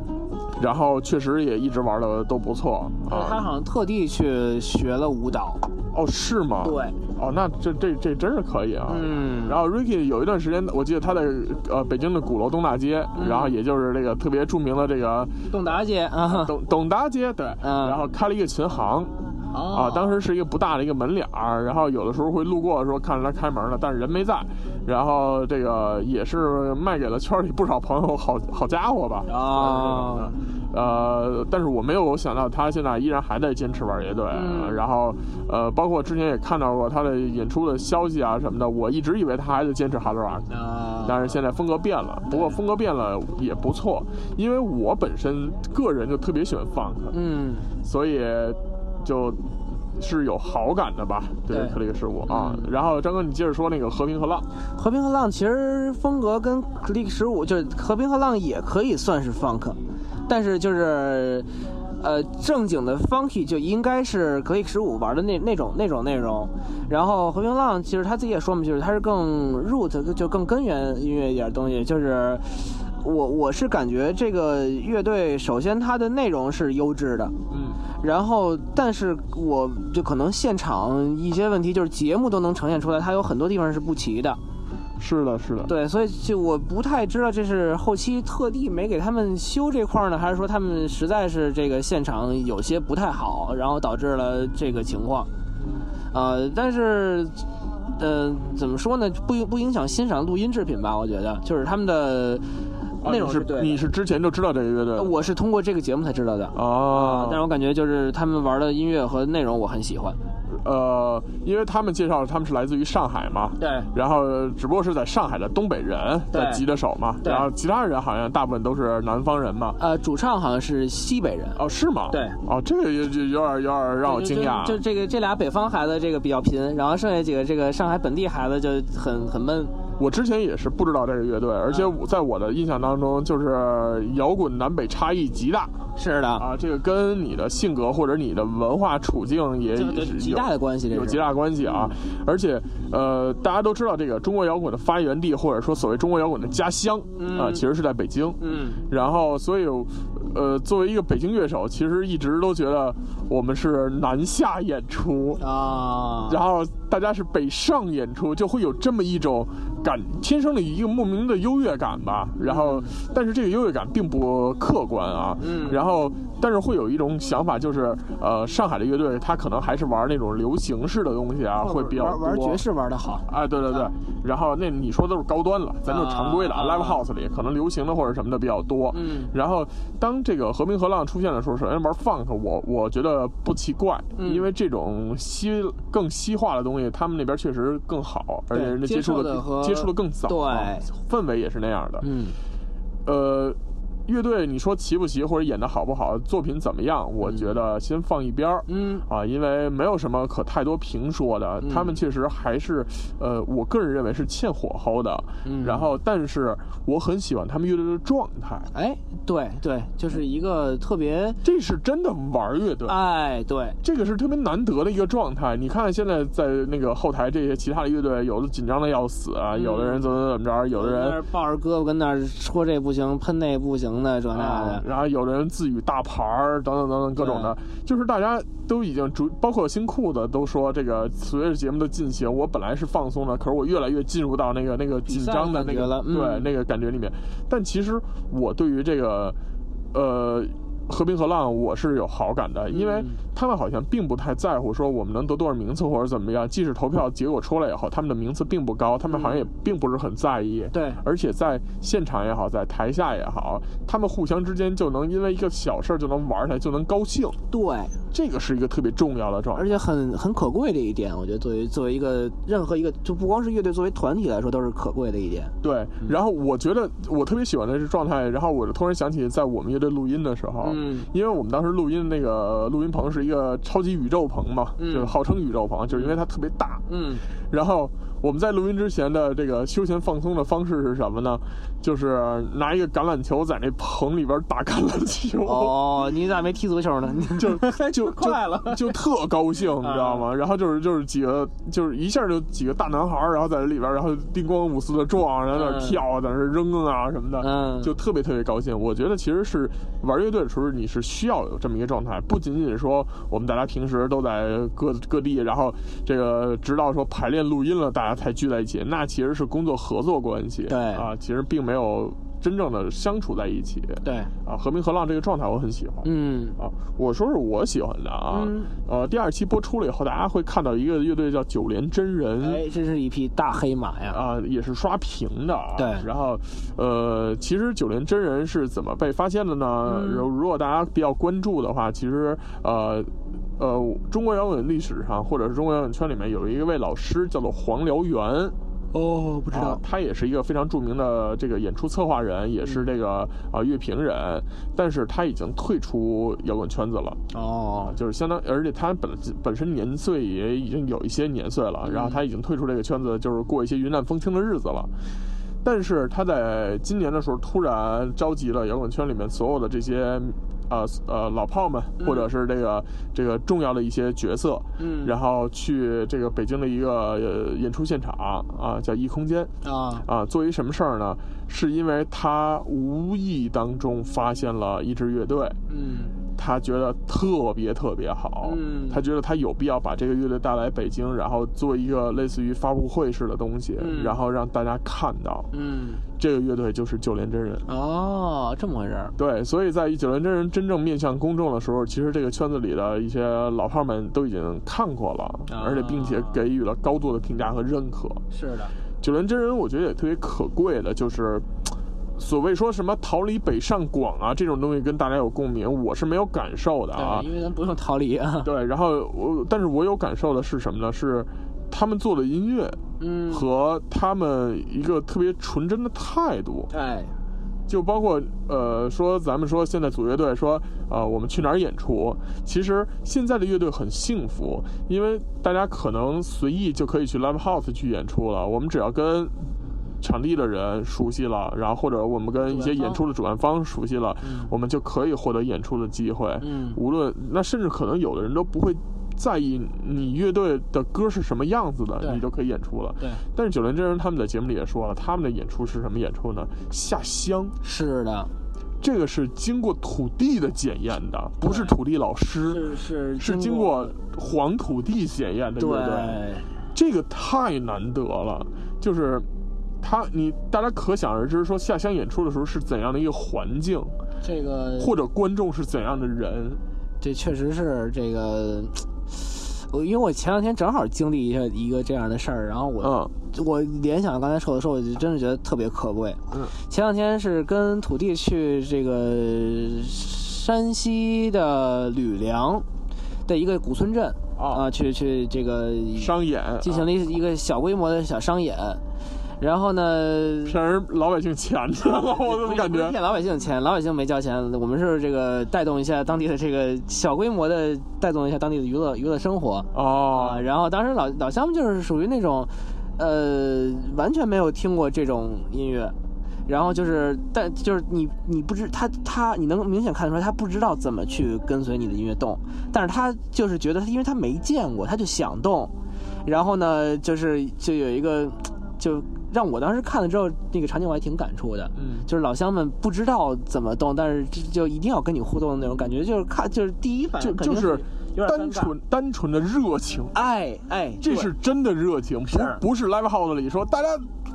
[SPEAKER 2] 然后确实也一直玩的都不错
[SPEAKER 4] 他
[SPEAKER 2] 啊。
[SPEAKER 4] 好像特地去学了舞蹈，
[SPEAKER 2] 哦，是吗？。
[SPEAKER 4] 对，
[SPEAKER 2] 哦，那这这这真是可以啊。
[SPEAKER 4] 嗯，
[SPEAKER 2] 然后 Ricky 有一段时间，我记得他在呃北京的鼓楼东大街，
[SPEAKER 4] 嗯
[SPEAKER 2] 然后也就是这个特别著名的这个
[SPEAKER 4] 董达姐啊，
[SPEAKER 2] 董董大街，对，
[SPEAKER 4] 嗯
[SPEAKER 2] 然后开了一个琴行，
[SPEAKER 4] 哦
[SPEAKER 2] 啊，当时是一个不大的一个门脸儿，然后有的时候会路过的时候看着他开门了，但是人没在，然后这个也是卖给了圈里不少朋友，好好家伙吧，
[SPEAKER 4] 啊，
[SPEAKER 2] 呃，但是我没有想到他现在依然还在坚持玩乐队，
[SPEAKER 4] 嗯
[SPEAKER 2] 然后呃，包括之前也看到过他的演出的消息啊什么的，我一直以为他还在坚持 hard rock，
[SPEAKER 4] 啊，
[SPEAKER 2] 但是现在风格变了，不过风格变了也不错，因为我本身个人就特别喜欢 funk，
[SPEAKER 4] 嗯
[SPEAKER 2] 所以就是有好感的吧，对
[SPEAKER 4] 对嗯
[SPEAKER 2] 克里克事务啊。然后张哥，你接着说那个和平和浪，
[SPEAKER 4] 和平和浪其实风格跟 Click 十五就是和平和浪也可以算是 funk，但是就是呃正经的 funky 就应该是 Click 十五玩的那那种那种内容。然后和平浪其实他自己也说嘛，就是他是更 root 就更根源音乐一点东西，就是。我我是感觉这个乐队，首先它的内容是优质的，
[SPEAKER 2] 嗯
[SPEAKER 4] 然后，但是我就可能现场一些问题，就是节目都能呈现出来，它有很多地方是不齐的。
[SPEAKER 2] 是的，是的，
[SPEAKER 4] 对，所以就我不太知道这是后期特地没给他们修这块儿呢，还是说他们实在是这个现场有些不太好，然后导致了这个情况。呃，但是，呃，怎么说呢？不影不影响欣赏录音制品吧？我觉得就是他们的
[SPEAKER 2] 啊
[SPEAKER 4] 内容
[SPEAKER 2] 你
[SPEAKER 4] 哦对哦的
[SPEAKER 2] 是你是之前就知道这个乐队了？
[SPEAKER 4] 我是通过这个节目才知道的。
[SPEAKER 2] 啊，
[SPEAKER 4] 但是我感觉就是他们玩的音乐和内容我很喜欢。
[SPEAKER 2] 呃，因为他们介绍他们是来自于上海嘛，
[SPEAKER 4] 对
[SPEAKER 2] 然后只不过是在上海的东北人
[SPEAKER 4] 对
[SPEAKER 2] 在吉他手嘛，
[SPEAKER 4] 对
[SPEAKER 2] 然后其他人好像大部分都是南方人嘛。
[SPEAKER 4] 呃，主唱好像是西北人。
[SPEAKER 2] 哦，是吗？
[SPEAKER 4] 对
[SPEAKER 2] 哦，这个有有有点有点让我
[SPEAKER 4] 就
[SPEAKER 2] 惊讶。啊
[SPEAKER 4] 就就这个这俩北方孩子这个比较贫，然后剩下几个这个上海本地孩子就很很闷。
[SPEAKER 2] 我之前也是不知道这个乐队，而且
[SPEAKER 4] 嗯
[SPEAKER 2] 我在我的印象当中，就是摇滚南北差异极大
[SPEAKER 4] 是的，
[SPEAKER 2] 啊，这个跟你的性格或者你的文化处境也
[SPEAKER 4] 这个嗯
[SPEAKER 2] 也是
[SPEAKER 4] 有极
[SPEAKER 2] 有
[SPEAKER 4] 大的关系，这
[SPEAKER 2] 有
[SPEAKER 4] 是
[SPEAKER 2] 极大关系啊。而且，呃，大家都知道这个中国摇滚的发源地，或者说所谓中国摇滚的家乡啊、
[SPEAKER 4] 嗯
[SPEAKER 2] 其实是在北京。
[SPEAKER 4] 嗯，
[SPEAKER 2] 然后，所以，呃，作为一个北京乐手，其实一直都觉得我们是南下演出。
[SPEAKER 4] 啊，
[SPEAKER 2] 然后大家是北上演出，就会有这么一种感，天生的一个莫名的优越感吧。然后，但是这个优越感并不客观啊。
[SPEAKER 4] 嗯
[SPEAKER 2] 然后，但是会有一种想法，就是呃，上海的乐队他可能还是玩那种流行式的东西啊，会比较
[SPEAKER 4] 玩玩
[SPEAKER 2] 多
[SPEAKER 4] 爵。士玩的好，
[SPEAKER 2] 哎，对对对，然后那你说都是高端了，咱就是常规的、
[SPEAKER 4] 啊啊
[SPEAKER 2] l i
[SPEAKER 4] 啊
[SPEAKER 2] v e house 里可能流行的或者什么的比较多。
[SPEAKER 4] 嗯
[SPEAKER 2] 然后当这个和平和浪出现的时候，首先玩 funk，我我觉得不奇怪，
[SPEAKER 4] 嗯
[SPEAKER 2] 因为这种西更西化的东西，他们那边确实更好，而且人家
[SPEAKER 4] 接
[SPEAKER 2] 接触
[SPEAKER 4] 受的和
[SPEAKER 2] 接触的更早，
[SPEAKER 4] 对，
[SPEAKER 2] 氛围也是那样的。
[SPEAKER 4] 嗯，
[SPEAKER 2] 呃，乐队你说齐不齐或者演的好不好，作品怎么样，我觉得先放一边儿。
[SPEAKER 4] 嗯
[SPEAKER 2] 啊，因为没有什么可太多评说的，他们确实还是，呃，我个人认为是欠火候的。
[SPEAKER 4] 嗯
[SPEAKER 2] 然后，但是我很喜欢他们乐队的状态，
[SPEAKER 4] 哎，对对，就是一个特别，
[SPEAKER 2] 这是真的玩乐队。
[SPEAKER 4] 哎，对，
[SPEAKER 2] 这个是特别难得的一个状态。你看现在在那个后台这些其他的乐队，有的紧张的要死啊，有的人怎么怎么着，有的
[SPEAKER 4] 在那
[SPEAKER 2] 人
[SPEAKER 4] 儿抱着胳膊跟那儿说这不行，喷那不行的，这那
[SPEAKER 2] 啊
[SPEAKER 4] 的，，
[SPEAKER 2] 然后有的人自语大牌儿等等等等各种的，就是大家都已经逐，包括新裤子都说这个随着节目的进行，我本来是放松的，可是我越来越进入到那个那个紧张的那
[SPEAKER 4] 比赛
[SPEAKER 2] 个
[SPEAKER 4] 的感觉了
[SPEAKER 2] 对
[SPEAKER 4] 嗯
[SPEAKER 2] 那个感觉里面。但其实我对于这个，呃。和平和浪，我是有好感的，因为
[SPEAKER 4] 嗯
[SPEAKER 2] 他们好像并不太在乎说我们能得多少名次或者怎么样。即使投票结果出来以后，他们的名次并不高，他
[SPEAKER 4] 嗯
[SPEAKER 2] 们好像也并不是很在意。
[SPEAKER 4] 对，
[SPEAKER 2] 而且在现场也好，在台下也好，他们互相之间就能因为一个小事儿就能玩起来，就能高兴，
[SPEAKER 4] 对，
[SPEAKER 2] 这个是一个特别重要的状
[SPEAKER 4] 而
[SPEAKER 2] 态。
[SPEAKER 4] 且很很可贵的一点，我觉得作为作为一个任何一个，就不光是乐队，作为团体来说都是可贵的一点。
[SPEAKER 2] 对，然后我觉得我特别喜欢的是状态，然后我就突然想起在我们乐队录音的时候，
[SPEAKER 4] 嗯
[SPEAKER 2] 因为我们当时录音那个录音棚是一个超级宇宙棚嘛，
[SPEAKER 4] 嗯
[SPEAKER 2] 就是号称宇宙棚，就是因为它特别大，
[SPEAKER 4] 嗯，
[SPEAKER 2] 然后我们在录音之前的这个休闲放松的方式是什么呢？就是拿一个橄榄球在那棚里边打橄榄球。
[SPEAKER 4] 哦，你咋没踢足 球呢？
[SPEAKER 2] 就就
[SPEAKER 4] 快了
[SPEAKER 2] 就，就特高兴，你知道
[SPEAKER 4] 啊
[SPEAKER 2] 吗？然后就是就是几个，就是一下就几个大男孩儿，然后在里边儿，然后叮咣五四的撞，然后在那儿
[SPEAKER 4] 嗯
[SPEAKER 2] 跳啊，在那儿扔啊什么的，
[SPEAKER 4] 嗯
[SPEAKER 2] 就特别特别高兴。我觉得其实是玩乐队的时候，你是需要有这么一个状态，不仅仅是说我们大家平时都在各各地，然后这个直到说排练录音了，大家才聚在一起，那其实是工作合作关系，
[SPEAKER 4] 对
[SPEAKER 2] 啊，其实并没有真正的相处在一起
[SPEAKER 4] 对，
[SPEAKER 2] 啊，和平和浪这个状态我很喜欢，
[SPEAKER 4] 嗯
[SPEAKER 2] 啊，我说是我喜欢的啊。
[SPEAKER 4] 嗯
[SPEAKER 2] 呃，第二期播出了以后，大家会看到一个乐队叫九连真人。
[SPEAKER 4] 哎，这是一匹大黑马呀！
[SPEAKER 2] 啊、也是刷屏的啊。
[SPEAKER 4] 对
[SPEAKER 2] 然后，呃，其实九连真人是怎么被发现的呢？
[SPEAKER 4] 嗯
[SPEAKER 2] 如、如果大家比较关注的话，其实，呃，呃，中国摇滚历史上或者是中国摇滚圈里面有一位老师叫做黄燎原，
[SPEAKER 4] 哦，不
[SPEAKER 2] 啊，他也是一个非常著名的这个演出策划人，也
[SPEAKER 4] 嗯
[SPEAKER 2] 是这个啊乐评人，但是他已经退出摇滚圈子了。
[SPEAKER 4] 哦，
[SPEAKER 2] 就是相当，而且他本本身年岁也已经有一些年岁了，然后他已经退出这个圈子，就是过一些云淡风轻的日子了。但是他在今年的时候突然召集了摇滚圈里面所有的这些，呃呃老炮们，或者是这个这个重要的一些角色，
[SPEAKER 4] 嗯
[SPEAKER 2] 然后去这个北京的一个呃演出现场啊，叫异空间
[SPEAKER 4] 啊，
[SPEAKER 2] 啊，做一什么事儿呢？是因为他无意当中发现了一支乐队，
[SPEAKER 4] 嗯
[SPEAKER 2] 他觉得特别特别好，
[SPEAKER 4] 嗯
[SPEAKER 2] 他觉得他有必要把这个乐队带来北京，然后做一个类似于发布会式的东西，
[SPEAKER 4] 嗯
[SPEAKER 2] 然后让大家看到
[SPEAKER 4] 嗯，
[SPEAKER 2] 这个乐队就是九连真人。
[SPEAKER 4] 哦，这么回事儿，
[SPEAKER 2] 对，所以在九连真人真正面向公众的时候，其实这个圈子里的一些老炮儿们都已经看过了，
[SPEAKER 4] 啊
[SPEAKER 2] 而且并且给予了高度的评价和认可。
[SPEAKER 4] 是的，
[SPEAKER 2] 九连真人，我觉得也特别可贵的，就是。所谓说什么逃离北上广啊这种东西跟大家有共鸣，我是没有感受的啊
[SPEAKER 4] 对，。因为咱不用逃离啊，
[SPEAKER 2] 对，然后我，但是我有感受的是什么呢？是他们做的音乐
[SPEAKER 4] 嗯，
[SPEAKER 2] 和他们一个特别纯真的态度，
[SPEAKER 4] 哎，
[SPEAKER 2] 就包括呃说咱们说现在组乐队说呃我们去哪儿演出，其实现在的乐队很幸福，因为大家可能随意就可以去 live house 去演出了，我们只要跟。场地的人熟悉了，然后或者我们跟一些
[SPEAKER 4] 主办方
[SPEAKER 2] 演出的主办方熟悉了，
[SPEAKER 4] 嗯
[SPEAKER 2] 我们就可以获得演出的机会。
[SPEAKER 4] 嗯
[SPEAKER 2] 无论那甚至可能有的人都不会在意你乐队的歌是什么样子的，
[SPEAKER 4] 对
[SPEAKER 2] 你就可以演出了。
[SPEAKER 4] 对，
[SPEAKER 2] 但是九连真人他们在节目里也说了，他们的演出是什么演出呢？下乡，
[SPEAKER 4] 是的，
[SPEAKER 2] 这个是经过土地的检验的，不是土地老师，
[SPEAKER 4] 是是
[SPEAKER 2] 是经过黄土地检验的
[SPEAKER 4] 对
[SPEAKER 2] 乐队，这个太难得了，就是。他，你大家可想而知，说下乡演出的时候是怎样的一个环境，
[SPEAKER 4] 这个
[SPEAKER 2] 或者观众是怎样的人，
[SPEAKER 4] 这确实是这个，我因为我前两天正好经历一下一个这样的事儿，然后我、
[SPEAKER 2] 嗯
[SPEAKER 4] 我联想刚才说的时候，我就真是觉得特别可贵。
[SPEAKER 2] 嗯，
[SPEAKER 4] 前两天是跟土地去这个山西的吕梁的一个古村镇啊、
[SPEAKER 2] 啊，
[SPEAKER 4] 去去这个
[SPEAKER 2] 商演
[SPEAKER 4] 进行
[SPEAKER 2] 啊
[SPEAKER 4] 了一一个小规模的小商演，然后呢，
[SPEAKER 2] 骗人老百姓 钱去了，啊我怎么感
[SPEAKER 4] 不是
[SPEAKER 2] 觉？
[SPEAKER 4] 骗老百姓钱，老百姓没交钱，我们是这个带动一下当地的这个小规模的带动一下当地的娱乐娱乐生活啊。
[SPEAKER 2] 哦，
[SPEAKER 4] 然后当时老老乡们就是属于那种，呃，完全没有听过这种音乐。然后就是，但就是你，你不知他他，你能明显看出来，他不知道怎么去跟随你的音乐动，但是他就是觉得，因为他没见过，他就想动，然后呢，就是就有一个，就让我当时看了之后，那个场景我还挺感触的，
[SPEAKER 2] 嗯，
[SPEAKER 4] 就是老乡们不知道怎么动，但是就就一定要跟你互动的那种感觉，就是看就是第一反
[SPEAKER 2] 就
[SPEAKER 4] 应肯定
[SPEAKER 2] 就是
[SPEAKER 4] 有点尴
[SPEAKER 2] 单
[SPEAKER 4] 尬，
[SPEAKER 2] 纯单纯的热情，
[SPEAKER 4] 哎哎，
[SPEAKER 2] 这
[SPEAKER 4] 对
[SPEAKER 2] 是真的热情，不
[SPEAKER 4] 是
[SPEAKER 2] 不是 live house 里说大家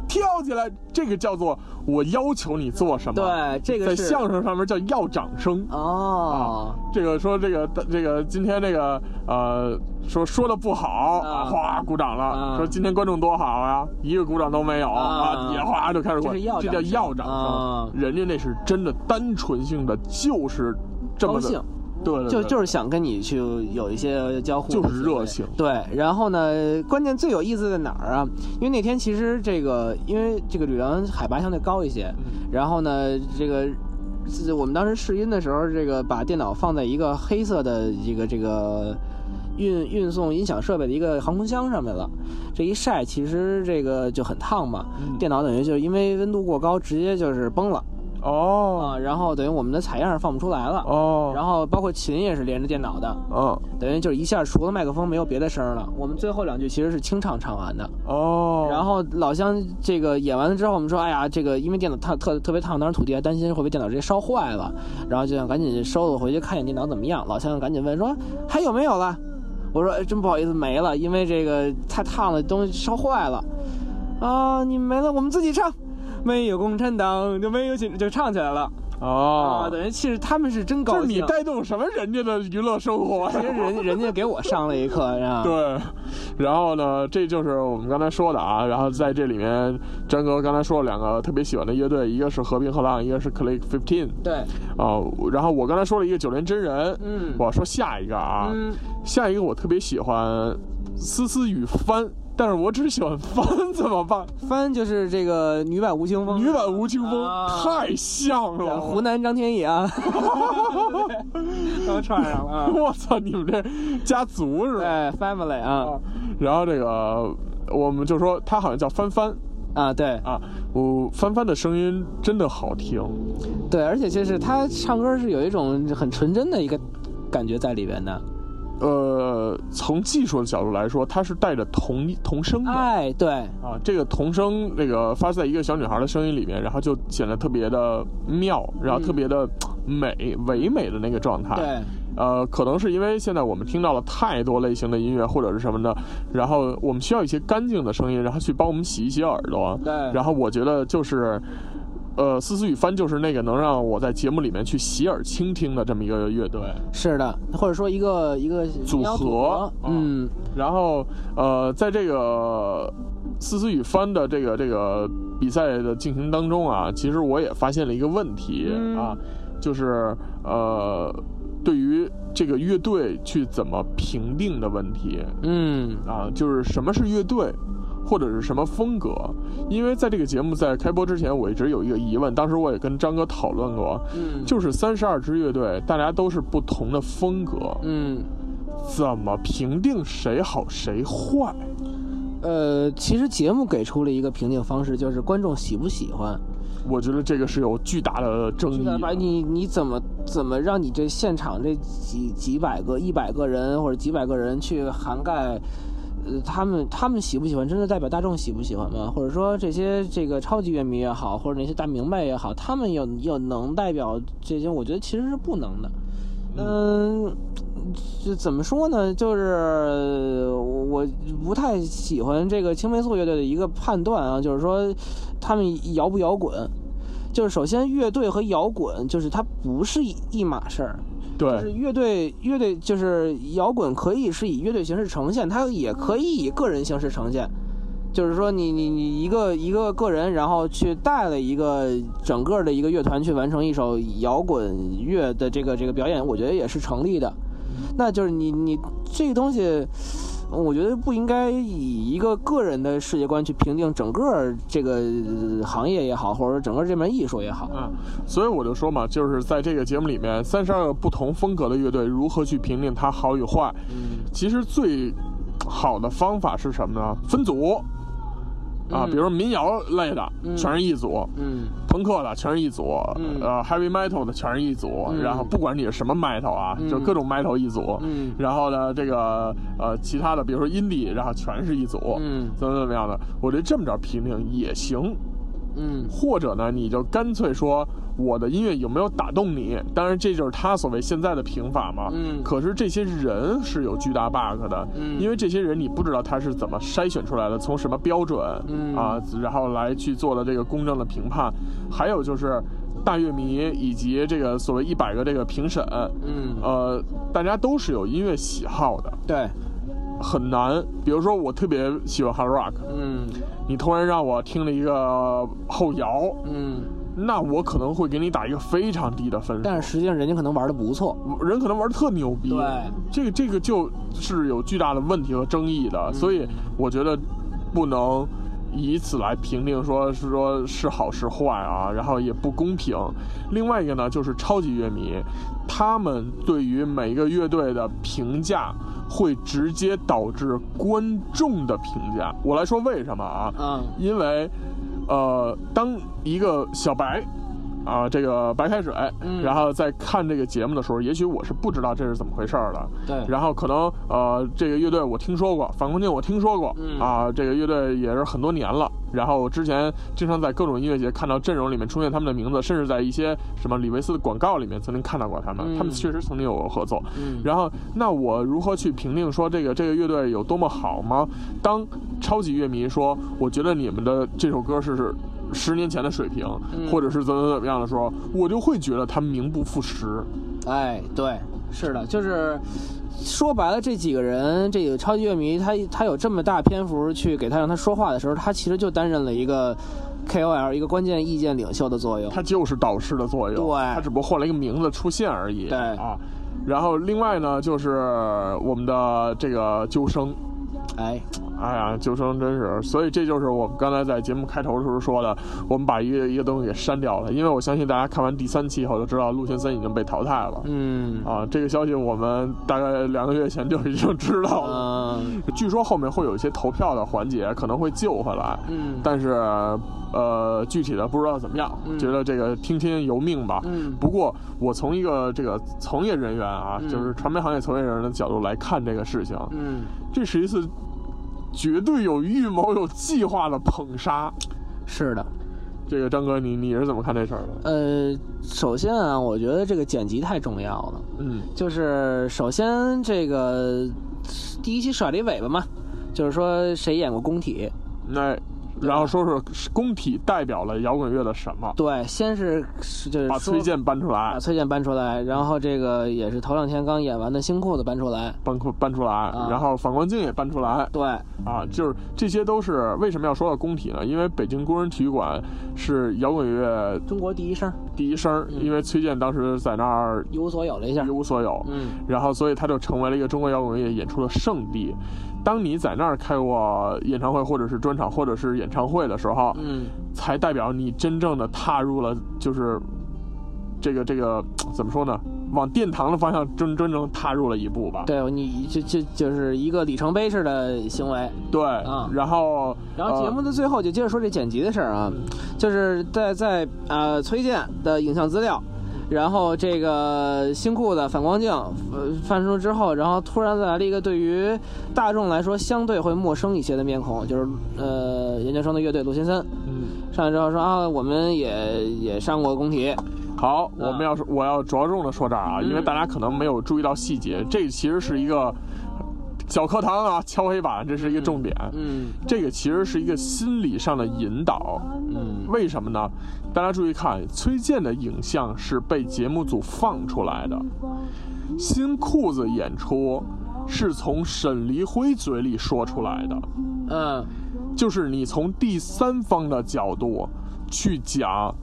[SPEAKER 2] 跳起来，这个叫做我要求你做什么。
[SPEAKER 4] 对这个
[SPEAKER 2] 在啊
[SPEAKER 4] 是啊
[SPEAKER 2] 相声上面叫要掌声。
[SPEAKER 4] 哦，
[SPEAKER 2] 这个说这个这个今天这个呃说说的不好
[SPEAKER 4] 啊
[SPEAKER 2] 哗鼓掌了，
[SPEAKER 4] 啊
[SPEAKER 2] 说今天观众多好啊，一个鼓掌都没有
[SPEAKER 4] 啊
[SPEAKER 2] 啊，也哗就开始鼓
[SPEAKER 4] 这是要，
[SPEAKER 2] 这叫
[SPEAKER 4] 掌声
[SPEAKER 2] 要掌
[SPEAKER 4] 啊
[SPEAKER 2] 声，人家那是真的单纯性的，就是这么
[SPEAKER 4] 高兴
[SPEAKER 2] 的，对，对
[SPEAKER 4] 就
[SPEAKER 2] 对
[SPEAKER 4] 就是想跟你去有一些交互，
[SPEAKER 2] 就是热情
[SPEAKER 4] 对，然后呢，关键最有意思在哪儿啊？因为那天其实这个，因为这个吕梁海拔相对高一些，
[SPEAKER 2] 嗯
[SPEAKER 4] 然后呢，这个自我们当时试音的时候，这个把电脑放在一个黑色的一个这个运运送音响设备的一个航空箱上面了。这一晒，其实这个就很烫嘛，
[SPEAKER 2] 嗯
[SPEAKER 4] 电脑等于就是因为温度过高，直接就是崩了
[SPEAKER 2] 哦
[SPEAKER 4] 啊。然后等于我们的采样放不出来了，
[SPEAKER 2] 哦，
[SPEAKER 4] 啊然后包括琴也是连着电脑的，
[SPEAKER 2] 嗯
[SPEAKER 4] 等于就是一下除了麦克风没有别的声儿了。我们最后两句其实是清唱唱完的。
[SPEAKER 2] 哦，
[SPEAKER 4] 然后老乡这个演完了之后，我们说，哎呀，这个因为电脑烫特特别烫，当时土地还担心会被电脑直接烧坏了，然后就想赶紧收了回去看一眼电脑怎么样。老乡赶紧问说还有没有了？ 我说、哎真不好意思没了，因为这个太烫了，东西烧坏了。啊，你没了，我们自己唱。没有共产党就没有警，就唱起来了
[SPEAKER 2] 哦，
[SPEAKER 4] 啊！等于其实他们是真
[SPEAKER 2] 这
[SPEAKER 4] 高
[SPEAKER 2] 是你
[SPEAKER 4] 兴，
[SPEAKER 2] 带动什么人家的娱乐生活
[SPEAKER 4] 其
[SPEAKER 2] 呀？
[SPEAKER 4] 实人人家给我上了一课，是吧？
[SPEAKER 2] 对，然后呢，这就是我们刚才说的啊。然后在这里面，詹哥刚才说了两个特别喜欢的乐队，一个是和平和浪，一个是 Click Fifteen
[SPEAKER 4] 对，
[SPEAKER 2] 啊。然后我刚才说了一个九连真人，
[SPEAKER 4] 嗯
[SPEAKER 2] 我要说下一个啊，
[SPEAKER 4] 嗯，
[SPEAKER 2] 下一个我特别喜欢思思与帆，但是我只喜欢帆，怎么办？
[SPEAKER 4] 翻就是这个女版吴青峰，
[SPEAKER 2] 女版吴青峰、
[SPEAKER 4] 嗯啊
[SPEAKER 2] 太像了，
[SPEAKER 4] 湖南张天翼啊， 都串上了啊。
[SPEAKER 2] 我操，你们这家族是
[SPEAKER 4] 对
[SPEAKER 2] 吧？
[SPEAKER 4] ，Family 啊
[SPEAKER 2] 啊，然后这个我们就说他好像叫帆帆
[SPEAKER 4] 啊，对
[SPEAKER 2] 啊，我帆帆的声音真的好听，
[SPEAKER 4] 对，而且就是他唱歌是有一种很纯真的一个感觉在里边的。
[SPEAKER 2] 呃，从技术的角度来说，他是带着童童声的。
[SPEAKER 4] 哎，对，
[SPEAKER 2] 啊，这个童声那个发在一个小女孩的声音里面，然后就显得特别的妙，然后特别的美唯美的那个状态。
[SPEAKER 4] 对，
[SPEAKER 2] 呃，可能是因为现在我们听到了太多类型的音乐或者是什么的，然后我们需要一些干净的声音，然后去帮我们洗一洗耳朵。
[SPEAKER 4] 对
[SPEAKER 2] 然后我觉得就是，呃，丝丝雨帆就是那个能让我在节目里面去洗耳倾听的这么一个乐队。
[SPEAKER 4] 是的，或者说一个一个
[SPEAKER 2] 组
[SPEAKER 4] 民谣组
[SPEAKER 2] 合
[SPEAKER 4] 嗯，
[SPEAKER 2] 然后，呃，在这个丝丝雨帆的这个这个比赛的进行当中啊，其实我也发现了一个问题、
[SPEAKER 4] 嗯
[SPEAKER 2] 啊，就是呃，对于这个乐队去怎么评定的问题。
[SPEAKER 4] 嗯，
[SPEAKER 2] 啊，就是什么是乐队，或者是什么风格。因为在这个节目在开播之前，我一直有一个疑问，当时我也跟张哥讨论过，
[SPEAKER 4] 嗯，
[SPEAKER 2] 就是三十二支乐队，大家都是不同的风格，
[SPEAKER 4] 嗯，
[SPEAKER 2] 怎么评定谁好谁坏？
[SPEAKER 4] 呃，其实节目给出了一个评定方式，就是观众喜不喜欢，
[SPEAKER 2] 我觉得这个是有巨大的争
[SPEAKER 4] 就
[SPEAKER 2] 议
[SPEAKER 4] 是把
[SPEAKER 2] 的。
[SPEAKER 4] 你你怎么怎么让你这现场这几几百个、一百个人或者几百个人去涵盖。呃，他们他们喜不喜欢，真的代表大众喜不喜欢吗？或者说这些这个超级乐迷也好，或者那些大明白也好，他们有有能代表这些，我觉得其实是不能的。嗯，这怎么说呢？就是呃我不太喜欢这个青霉素乐队的一个判断啊，就是说他们摇不摇滚。就是首先，乐队和摇滚就是它不是一一码事儿。就是
[SPEAKER 2] 对，
[SPEAKER 4] 乐队，乐队就是摇滚，可以是以乐队形式呈现，它也可以以个人形式呈现。就是说你，你你一个一个个人，然后去带了一个整个的一个乐团去完成一首摇滚乐的这个这个表演，我觉得也是成立的。那就是你你这个东西，我觉得不应该以一个个人的世界观去评定整个这个呃行业也好，或者说整个这门艺术也好。
[SPEAKER 2] 嗯，所以我就说嘛，就是在这个节目里面，三十二个不同风格的乐队如何去评定它好与坏，其实最好的方法是什么呢？分组。啊，
[SPEAKER 4] 嗯
[SPEAKER 2] 比如民谣类的
[SPEAKER 4] 嗯
[SPEAKER 2] 全是一组，
[SPEAKER 4] 嗯
[SPEAKER 2] 朋克的全是一组，
[SPEAKER 4] 嗯
[SPEAKER 2] 呃，heavy metal 的全是一组，
[SPEAKER 4] 嗯
[SPEAKER 2] 然后不管你是什么 metal 啊，
[SPEAKER 4] 嗯
[SPEAKER 2] 就各种 metal 一组，
[SPEAKER 4] 嗯
[SPEAKER 2] 然后呢，这个呃其他的，比如说 indie，然后全是一组，
[SPEAKER 4] 嗯
[SPEAKER 2] 怎么怎么样的，我觉得这么着评定也行，
[SPEAKER 4] 嗯
[SPEAKER 2] 或者呢，你就干脆说我的音乐有没有打动你？当然，这就是他所谓现在的评法嘛。
[SPEAKER 4] 嗯
[SPEAKER 2] 可是这些人是有巨大 bug 的，
[SPEAKER 4] 嗯
[SPEAKER 2] 因为这些人你不知道他是怎么筛选出来的，从什么标准、
[SPEAKER 4] 嗯
[SPEAKER 2] 啊，然后来去做的这个公正的评判。还有就是大乐迷以及这个所谓一百个这个评审，
[SPEAKER 4] 嗯，
[SPEAKER 2] 呃，大家都是有音乐喜好的，
[SPEAKER 4] 对，
[SPEAKER 2] 很难。比如说我特别喜欢 hard rock，
[SPEAKER 4] 嗯
[SPEAKER 2] 你突然让我听了一个后摇。
[SPEAKER 4] 嗯。
[SPEAKER 2] 那我可能会给你打一个非常低的分数。
[SPEAKER 4] 但是实际上人家可能玩的不错。
[SPEAKER 2] 人可能玩的特牛逼，
[SPEAKER 4] 对
[SPEAKER 2] 这个这个就是有巨大的问题和争议的，所以我觉得不能以此来评定说是说是好是坏啊，然后也不公平。另外一个呢，就是超级乐迷，他们对于每一个乐队的评价会直接导致观众的评价。我来说为什么啊？
[SPEAKER 4] 嗯
[SPEAKER 2] 因为，呃，当一个小白。啊，这个白开水，
[SPEAKER 4] 嗯
[SPEAKER 2] 然后在看这个节目的时候，也许我是不知道这是怎么回事儿的。
[SPEAKER 4] 对
[SPEAKER 2] 然后可能呃，这个乐队我听说过，反光镜我听说过，
[SPEAKER 4] 嗯
[SPEAKER 2] 啊，这个乐队也是很多年了。然后我之前经常在各种音乐节看到阵容里面出现他们的名字，甚至在一些什么李维斯的广告里面曾经看到过他们，
[SPEAKER 4] 嗯
[SPEAKER 2] 他们确实曾经有合作。
[SPEAKER 4] 嗯
[SPEAKER 2] 然后，那我如何去评定说这个这个乐队有多么好吗？当超级乐迷说我觉得你们的这首歌是是十年前的水平，
[SPEAKER 4] 嗯
[SPEAKER 2] 或者是怎么怎么样的时候，我就会觉得他名不副实。
[SPEAKER 4] 哎，对，是的，就是说白了，这几个人，这个超级乐迷，他他有这么大篇幅去给他让他说话的时候，他其实就担任了一个 KOL 一个关键意见领袖的作用。
[SPEAKER 2] 它就是导师的作用，
[SPEAKER 4] 对
[SPEAKER 2] 它只不过换了一个名字出现而已，
[SPEAKER 4] 对
[SPEAKER 2] 啊。然后另外呢，就是我们的这个究生，
[SPEAKER 4] 哎，
[SPEAKER 2] 哎呀，究生真是，所以这就是我们刚才在节目开头的时候说的，我们把一个一个东西给删掉了，因为我相信大家看完第三期以后就知道陆先森已经被淘汰了。
[SPEAKER 4] 嗯
[SPEAKER 2] 啊，这个消息我们大概两个月前就已经知道了。
[SPEAKER 4] 嗯
[SPEAKER 2] 据说后面会有一些投票的环节，可能会救回来。
[SPEAKER 4] 嗯
[SPEAKER 2] 但是呃，具体的不知道怎么样，
[SPEAKER 4] 嗯
[SPEAKER 2] 觉得这个听天由命吧。
[SPEAKER 4] 嗯
[SPEAKER 2] 不过，我从一个这个从业人员啊，
[SPEAKER 4] 嗯
[SPEAKER 2] 就是传媒行业从业人员的角度来看这个事情，
[SPEAKER 4] 嗯，
[SPEAKER 2] 这是一次绝对有预谋、有计划的捧杀。
[SPEAKER 4] 是的，
[SPEAKER 2] 这个张哥，你你是怎么看这事儿的？
[SPEAKER 4] 呃，首先啊，我觉得这个剪辑太重要了。
[SPEAKER 2] 嗯
[SPEAKER 4] 就是首先这个呃第一期甩了一尾巴嘛，就是说谁演过工体？，
[SPEAKER 2] 那然后说说工体代表了摇滚乐的什么？
[SPEAKER 4] 对，先是是就是
[SPEAKER 2] 把
[SPEAKER 4] 说啊
[SPEAKER 2] 崔健啊搬出来
[SPEAKER 4] 把，崔健搬出来，然后这个也是头两天刚演完的新裤子搬出来，
[SPEAKER 2] 搬出搬出来，
[SPEAKER 4] 啊
[SPEAKER 2] 然后反光镜也搬出来
[SPEAKER 4] 对，
[SPEAKER 2] 啊，就是这些都是为什么要说到工体呢？因为北京工人体育馆是摇滚乐
[SPEAKER 4] 中国第一声
[SPEAKER 2] 第一声儿，
[SPEAKER 4] 嗯
[SPEAKER 2] 因为崔健当时在那儿
[SPEAKER 4] 一无所有了一下
[SPEAKER 2] 一，无所有，
[SPEAKER 4] 嗯，
[SPEAKER 2] 然后所以它就成为了一个中国摇滚乐演出的圣地。当你在那儿开过演唱会，或者是专场，或者是演唱会的时候，
[SPEAKER 4] 嗯，
[SPEAKER 2] 才代表你真正的踏入了，就是这个这个怎么说呢？往殿堂的方向真真正踏入了一步吧。
[SPEAKER 4] 对你这这就是一个里程碑式的行为。
[SPEAKER 2] 对
[SPEAKER 4] 啊
[SPEAKER 2] 然后
[SPEAKER 4] 然后节目的最后就接着说这剪辑的事儿啊，就是在在呃崔健的影像资料，然后这个新裤子反光镜呃放出之后，然后突然来了一个对于大众来说相对会陌生一些的面孔，就是呃研究生的乐队陆先生
[SPEAKER 2] 呃嗯，
[SPEAKER 4] 上来之后说啊，我们也也上过工体，
[SPEAKER 2] 好，我们要说我要着重的说这儿啊，
[SPEAKER 4] 嗯
[SPEAKER 2] 因为大家可能没有注意到细节，这其实是一个小课堂啊，敲黑板，这是一个重点。
[SPEAKER 4] 嗯
[SPEAKER 2] 这个其实是一个心理上的引导，
[SPEAKER 4] 嗯
[SPEAKER 2] 为什么呢？大家注意看，崔健的影像是被节目组放出来的，新裤子演出是从沈黎辉嘴里说出来的，
[SPEAKER 4] 嗯
[SPEAKER 2] 就是你从第三方的角度去讲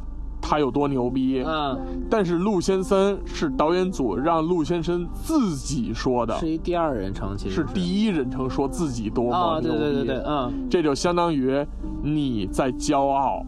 [SPEAKER 2] 他有多牛逼，
[SPEAKER 4] 嗯，
[SPEAKER 2] 但是陆先生是导演组让陆先生自己说的，
[SPEAKER 4] 是一第二人称，其实
[SPEAKER 2] 是第一人称说自己多
[SPEAKER 4] 啊、
[SPEAKER 2] 么
[SPEAKER 4] 对
[SPEAKER 2] 牛逼，
[SPEAKER 4] 对对对，嗯
[SPEAKER 2] 这就相当于你在骄傲。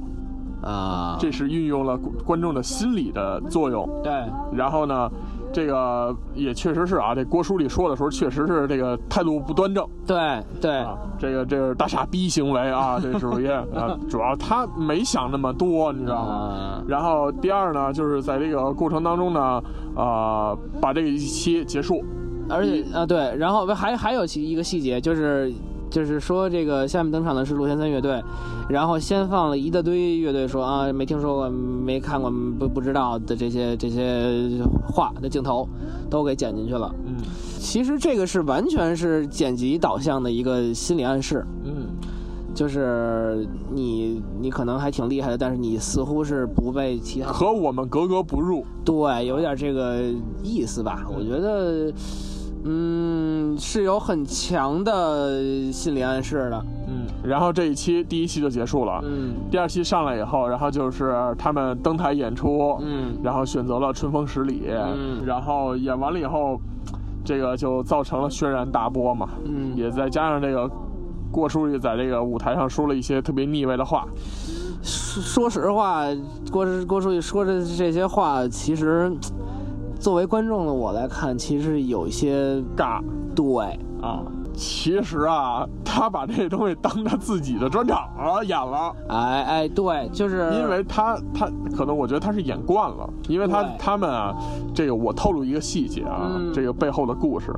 [SPEAKER 4] 啊，
[SPEAKER 2] 这是运用了观观众的心理的作用。
[SPEAKER 4] 对
[SPEAKER 2] 然后呢，这个也确实是啊，这郭书记说的时候，确实是这个态度不端正
[SPEAKER 4] 对对、
[SPEAKER 2] 啊，这个这是大傻逼行为啊，这属 于啊，主要他没想那么多，你知道吗？
[SPEAKER 4] 啊，
[SPEAKER 2] 然后第二呢，就是在这个过程当中呢，呃，把这个一期结束，
[SPEAKER 4] 而且啊，对，然后还还有其一个细节，就是就是说这个下面登场的是陆先森乐队，然后先放了一大堆乐队说啊没听说过、没看过、不不知道的这些这些话的镜头，都给剪进去了。
[SPEAKER 2] 嗯
[SPEAKER 4] 其实这个是完全是剪辑导向的一个心理暗示，
[SPEAKER 2] 嗯，
[SPEAKER 4] 就是你你可能还挺厉害的，但是你似乎是不被其他
[SPEAKER 2] 和我们格格不入，
[SPEAKER 4] 对，有点这个意思吧。我觉得，嗯，是有很强的心理暗示的。
[SPEAKER 2] 嗯，然后这一期第一期就结束了。
[SPEAKER 4] 嗯
[SPEAKER 2] 第二期上来以后，然后就是他们登台演出，
[SPEAKER 4] 嗯
[SPEAKER 2] 然后选择了《春风十里》
[SPEAKER 4] 嗯
[SPEAKER 2] 然后演完了以后，这个就造成了轩然大波嘛，
[SPEAKER 4] 嗯，
[SPEAKER 2] 也再加上这个郭书记在这个舞台上说了一些特别腻歪的话，
[SPEAKER 4] 说说实话，郭郭书记说的这些话，其实作为观众的我来看，其实有一些
[SPEAKER 2] 尬
[SPEAKER 4] 对。
[SPEAKER 2] 啊。其实啊，他把这东西当他自己的专场啊演了，
[SPEAKER 4] 哎哎，对，就是
[SPEAKER 2] 因为他他可能我觉得他是演惯了，因为他
[SPEAKER 4] 对
[SPEAKER 2] 他们啊，这个我透露一个细节啊，
[SPEAKER 4] 嗯
[SPEAKER 2] 这个背后的故事。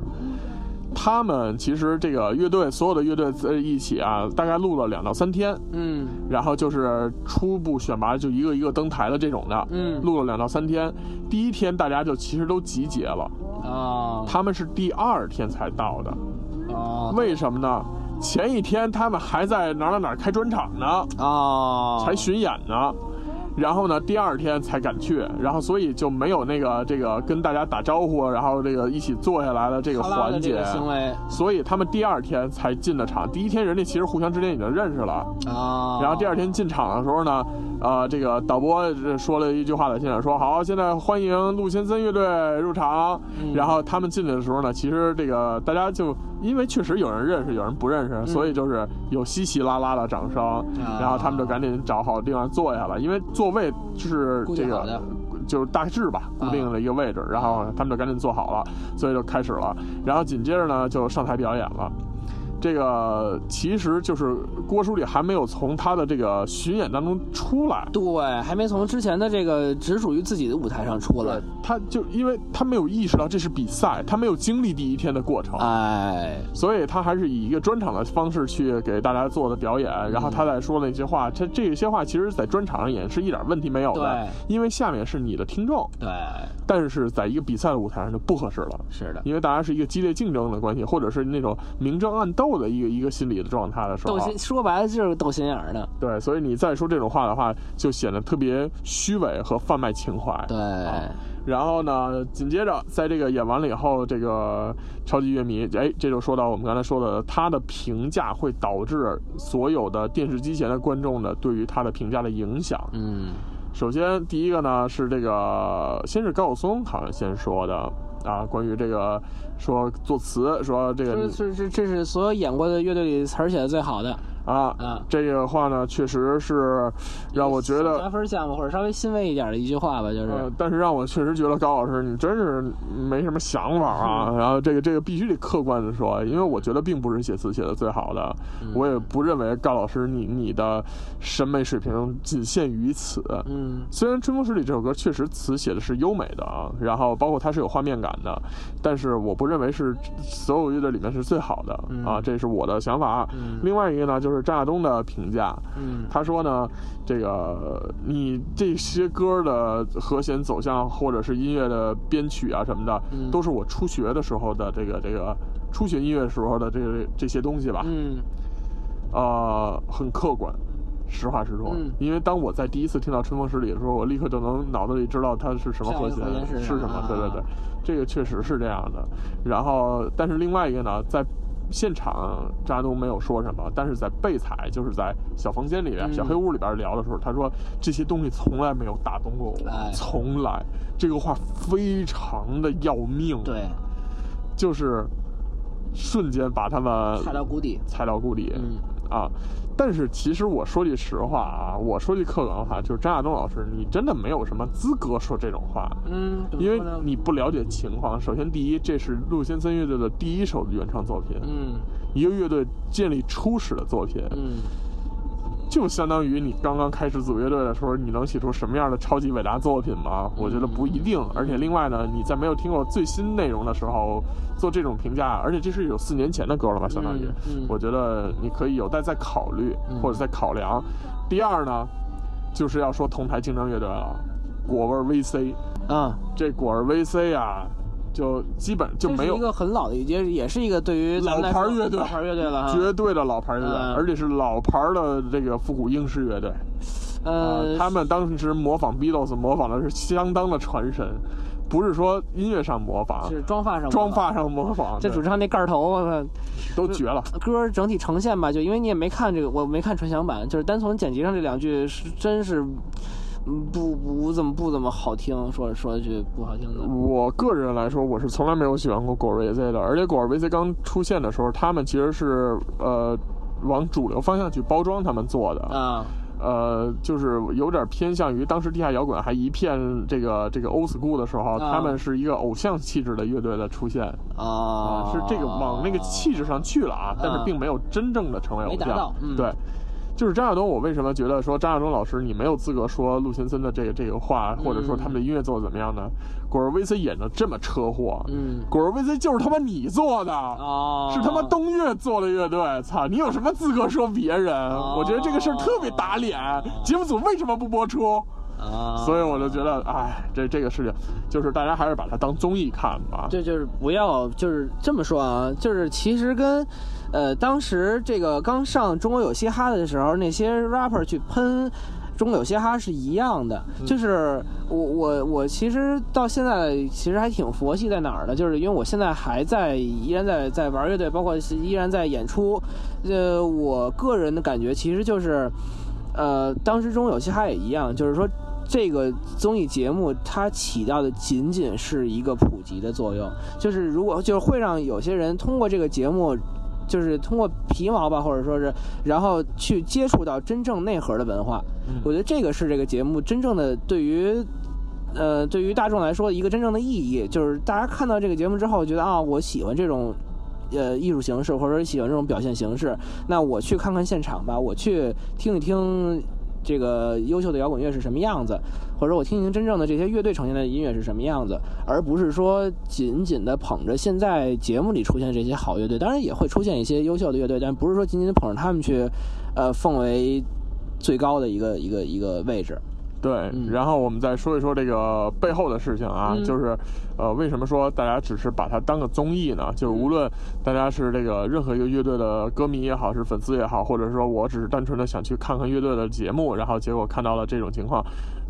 [SPEAKER 2] 他们其实这个乐队所有的乐队在一起啊，大概录了两到三天，
[SPEAKER 4] 嗯
[SPEAKER 2] 然后就是初步选拔，就一个一个登台的这种的，
[SPEAKER 4] 嗯
[SPEAKER 2] 录了两到三天。第一天大家就其实都集结了，
[SPEAKER 4] 啊
[SPEAKER 2] 他们是第二天才到的，
[SPEAKER 4] 啊
[SPEAKER 2] 为什么呢？前一天他们还在哪儿哪儿哪儿开专场呢，
[SPEAKER 4] 啊，
[SPEAKER 2] 才巡演呢，然后呢，第二天才敢去，然后所以就没有那个这个跟大家打招呼，然后这个一起坐下来的这个
[SPEAKER 4] 哈拉的
[SPEAKER 2] 环
[SPEAKER 4] 这
[SPEAKER 2] 节
[SPEAKER 4] 个，行为
[SPEAKER 2] 所以他们第二天才进的场。第一天人家其实互相之间已经认识了，
[SPEAKER 4] 啊，
[SPEAKER 2] 然后第二天进场的时候呢，呃，这个导播呃说了一句话在现场说：“好，现在欢迎陆先森乐队入场。”
[SPEAKER 4] 嗯
[SPEAKER 2] 然后他们进来的时候呢，其实这个大家就因为确实有人认识，有人不认
[SPEAKER 4] 嗯
[SPEAKER 2] 识，所以就是有稀稀拉拉的掌声，
[SPEAKER 4] 啊
[SPEAKER 2] 然后他们就赶紧找好地方坐下了，因为座位就是
[SPEAKER 4] 固
[SPEAKER 2] 这
[SPEAKER 4] 定好
[SPEAKER 2] 个
[SPEAKER 4] 的。
[SPEAKER 2] 就是大致吧，固定的一个位置，然后他们就赶紧坐好了，所以就开始了。然后紧接着呢，就上台表演了。这个其实就是郭书里还没有从他的这个巡演当中出来，
[SPEAKER 4] 对，还没从之前的这个只属于自己的舞台上出来。
[SPEAKER 2] 他就因为他没有意识到这是比赛，他没有经历第一天的过程，
[SPEAKER 4] 哎，
[SPEAKER 2] 所以他还是以一个专场的方式去给大家做的表演。然后他在说那些话，他这些话其实，在专场上演是一点问题没有的，因为下面是你的听众，
[SPEAKER 4] 对，
[SPEAKER 2] 但是在一个比赛的舞台上就不合适了。
[SPEAKER 4] 是的，
[SPEAKER 2] 因为大家是一个激烈竞争的关系，或者是那种明争暗斗的一个一个心理的状态的时候啊
[SPEAKER 4] 斗，心说白了就是斗心眼儿的。
[SPEAKER 2] 对，所以你再说这种话的话，就显得特别虚伪和贩卖情怀。
[SPEAKER 4] 对，
[SPEAKER 2] 啊然后呢，紧接着在这个演完了以后，这个超级乐迷，哎，这就说到我们刚才说的，他的评价会导致所有的电视机前的观众呢对于他的评价的影响。
[SPEAKER 4] 嗯，
[SPEAKER 2] 首先第一个呢是这个，先是高晓松好像先说的啊，关于这个说作词说这
[SPEAKER 4] 这
[SPEAKER 2] 个
[SPEAKER 4] 是这这是所有演过的乐队里词儿写的最好的，
[SPEAKER 2] 啊
[SPEAKER 4] 啊，
[SPEAKER 2] 这个话呢确实是让我觉得
[SPEAKER 4] 加分项目或者稍微欣慰一点的一句话吧，就是、
[SPEAKER 2] 呃，但是让我确实觉得高老师你真是没什么想法啊。
[SPEAKER 4] 嗯
[SPEAKER 2] 然后这个这个必须得客观的说，因为我觉得并不是写词写的最好的，
[SPEAKER 4] 嗯
[SPEAKER 2] 我也不认为高老师你你的审美水平仅限于此。
[SPEAKER 4] 嗯。
[SPEAKER 2] 虽然《春风十里》这首歌确实词写的是优美的啊，然后包括它是有画面感的，但是我不认为是所有乐队里面是最好的、
[SPEAKER 4] 嗯
[SPEAKER 2] 啊，这是我的想法。啊另外一个呢，就是张亚东的评价，
[SPEAKER 4] 嗯
[SPEAKER 2] 他说呢，这个你这些歌的和弦走向或者是音乐的编曲啊什么的，
[SPEAKER 4] 嗯
[SPEAKER 2] 都是我初学的时候的这个这个初学音乐时候的这个这些东西吧，
[SPEAKER 4] 嗯
[SPEAKER 2] 呃，很客观。实话实说，
[SPEAKER 4] 嗯
[SPEAKER 2] 因为当我在第一次听到《春风十里》的时候，我立刻就能脑子里知道它是什么和弦
[SPEAKER 4] 下一个和弦是
[SPEAKER 2] 是什么
[SPEAKER 4] 啊。
[SPEAKER 2] 对对对，这个确实是这样的。然后，但是另外一个呢，在现场张亚东没有说什么，但是在备采，就是在小房间里边、
[SPEAKER 4] 嗯
[SPEAKER 2] 小黑屋里边聊的时候，他说这些东西从来没有打动过我，
[SPEAKER 4] 哎
[SPEAKER 2] 从来。这个话非常的要命，，
[SPEAKER 4] 对，
[SPEAKER 2] 就是瞬间把他们
[SPEAKER 4] 踏到谷底。
[SPEAKER 2] 踩到谷底。
[SPEAKER 4] 嗯
[SPEAKER 2] 啊。但是其实我说句实话啊，我说句客观话，就是张亚东老师，你真的没有什么资格说这种话，
[SPEAKER 4] 嗯，怎么
[SPEAKER 2] 因为
[SPEAKER 4] 说呢
[SPEAKER 2] 你不了解情况。首先，第一，这是陆先森乐队的第一首原创作品，
[SPEAKER 4] 嗯
[SPEAKER 2] 一个乐队建立初始的作品，
[SPEAKER 4] 嗯
[SPEAKER 2] 就相当于你刚刚开始组乐队的时候，你能写出什么样的超级伟大作品吗？我觉得不一
[SPEAKER 4] 嗯
[SPEAKER 2] 定。而且另外呢，你在没有听过最新内容的时候做这种评价，而且这是有四年前的歌了吧，相当于，
[SPEAKER 4] 嗯嗯
[SPEAKER 2] 我觉得你可以有待再考虑
[SPEAKER 4] 嗯
[SPEAKER 2] 或者再考量。第二呢，就是要说同台竞争乐队了，果味儿 VC，
[SPEAKER 4] 啊，
[SPEAKER 2] 这果味儿 VC 啊，就基本就
[SPEAKER 4] 这
[SPEAKER 2] 没
[SPEAKER 4] 是
[SPEAKER 2] 有。
[SPEAKER 4] 一个很老的，也也是一个对于咱们来说
[SPEAKER 2] 老牌乐队
[SPEAKER 4] 老牌乐队了哈。
[SPEAKER 2] 绝对的老牌乐队，
[SPEAKER 4] 啊嗯
[SPEAKER 2] 而且是老牌的这个复古英式乐队。啊
[SPEAKER 4] 呃，，
[SPEAKER 2] 他们当时模仿 Beatles 模仿的是相当的传神，不是说音乐上模仿，
[SPEAKER 4] 是妆发上
[SPEAKER 2] 妆发上模仿，
[SPEAKER 4] 这主
[SPEAKER 2] 对
[SPEAKER 4] 唱那盖儿头，我操！
[SPEAKER 2] 都绝了。
[SPEAKER 4] 歌整体呈现吧，就因为你也没看这个，我没看纯享版，就是单从剪辑上这两句是真是，嗯不不怎么不怎么好听，说说句不好听的，
[SPEAKER 2] 我个人来说，我是从来没有喜欢过果儿 VC 的，而且果儿 VC 刚出现的时候，他们其实是呃往主流方向去包装他们做的，
[SPEAKER 4] 啊，
[SPEAKER 2] 呃，就是有点偏向于当时地下摇滚还一片这个这个 old school 的时候，
[SPEAKER 4] 啊
[SPEAKER 2] 他们是一个偶像气质的乐队的出现
[SPEAKER 4] 啊，
[SPEAKER 2] 是这个往那个气质上去了啊，但是
[SPEAKER 4] 啊
[SPEAKER 2] 并没有真正的成为偶
[SPEAKER 4] 没达
[SPEAKER 2] 像
[SPEAKER 4] 到。嗯
[SPEAKER 2] 对，就是张亚东，我为什么觉得说张亚东老师你没有资格说陆先森的这个这个话，或者说他们
[SPEAKER 4] 嗯
[SPEAKER 2] 的音乐做的怎么样呢？果儿 VC 演的这么车祸，
[SPEAKER 4] 嗯
[SPEAKER 2] 果儿 VC 就是他妈你做的。
[SPEAKER 4] 啊，
[SPEAKER 2] 是他妈东岳做的乐队，操！你有什么资格说别人？我觉得这个事儿特别打脸。节目组为什么不播出？
[SPEAKER 4] 啊，
[SPEAKER 2] 所以我就觉得，哎，这这个事情，就是大家还是把它当综艺看吧。
[SPEAKER 4] 这就是不要，就是这么说啊，就是其实跟，呃，当时这个刚上《中国有嘻哈》的时候，那些 rapper 去喷。中国有嘻哈是一样的，就是我我我其实到现在其实还挺佛系在哪儿呢？就是因为我现在还在依然在在玩乐队，包括依然在演出。呃，我个人的感觉其实就是，呃，当时中国有嘻哈也一样，就是说这个综艺节目它起到的仅仅是一个普及的作用，就是如果就是会让有些人通过这个节目。就是通过皮毛吧，或者说是，然后去接触到真正内核的文化，我觉得这个是这个节目真正的对于，呃，对于大众来说一个真正的意义，就是大家看到这个节目之后觉得啊，我喜欢这种呃艺术形式，或者说喜欢这种表现形式，那我去看看现场吧，我去听一听这个优秀的摇滚乐是什么样子，或者我听一听真正的这些乐队呈现的音乐是什么样子，而不是说紧紧的捧着现在节目里出现这些好乐队，当然也会出现一些优秀的乐队，但不是说紧紧地捧着他们去，呃，奉为最高的一个一个一个位置。
[SPEAKER 2] 对，然后我们再说一说这个背后的事情啊，
[SPEAKER 4] 嗯
[SPEAKER 2] 就是，呃，为什么说大家只是把它当个综艺呢？就是无论大家是这个任何一个乐队的歌迷也好，是粉丝也好，或者说我只是单纯的想去看看乐队的节目，然后结果看到了这种情况，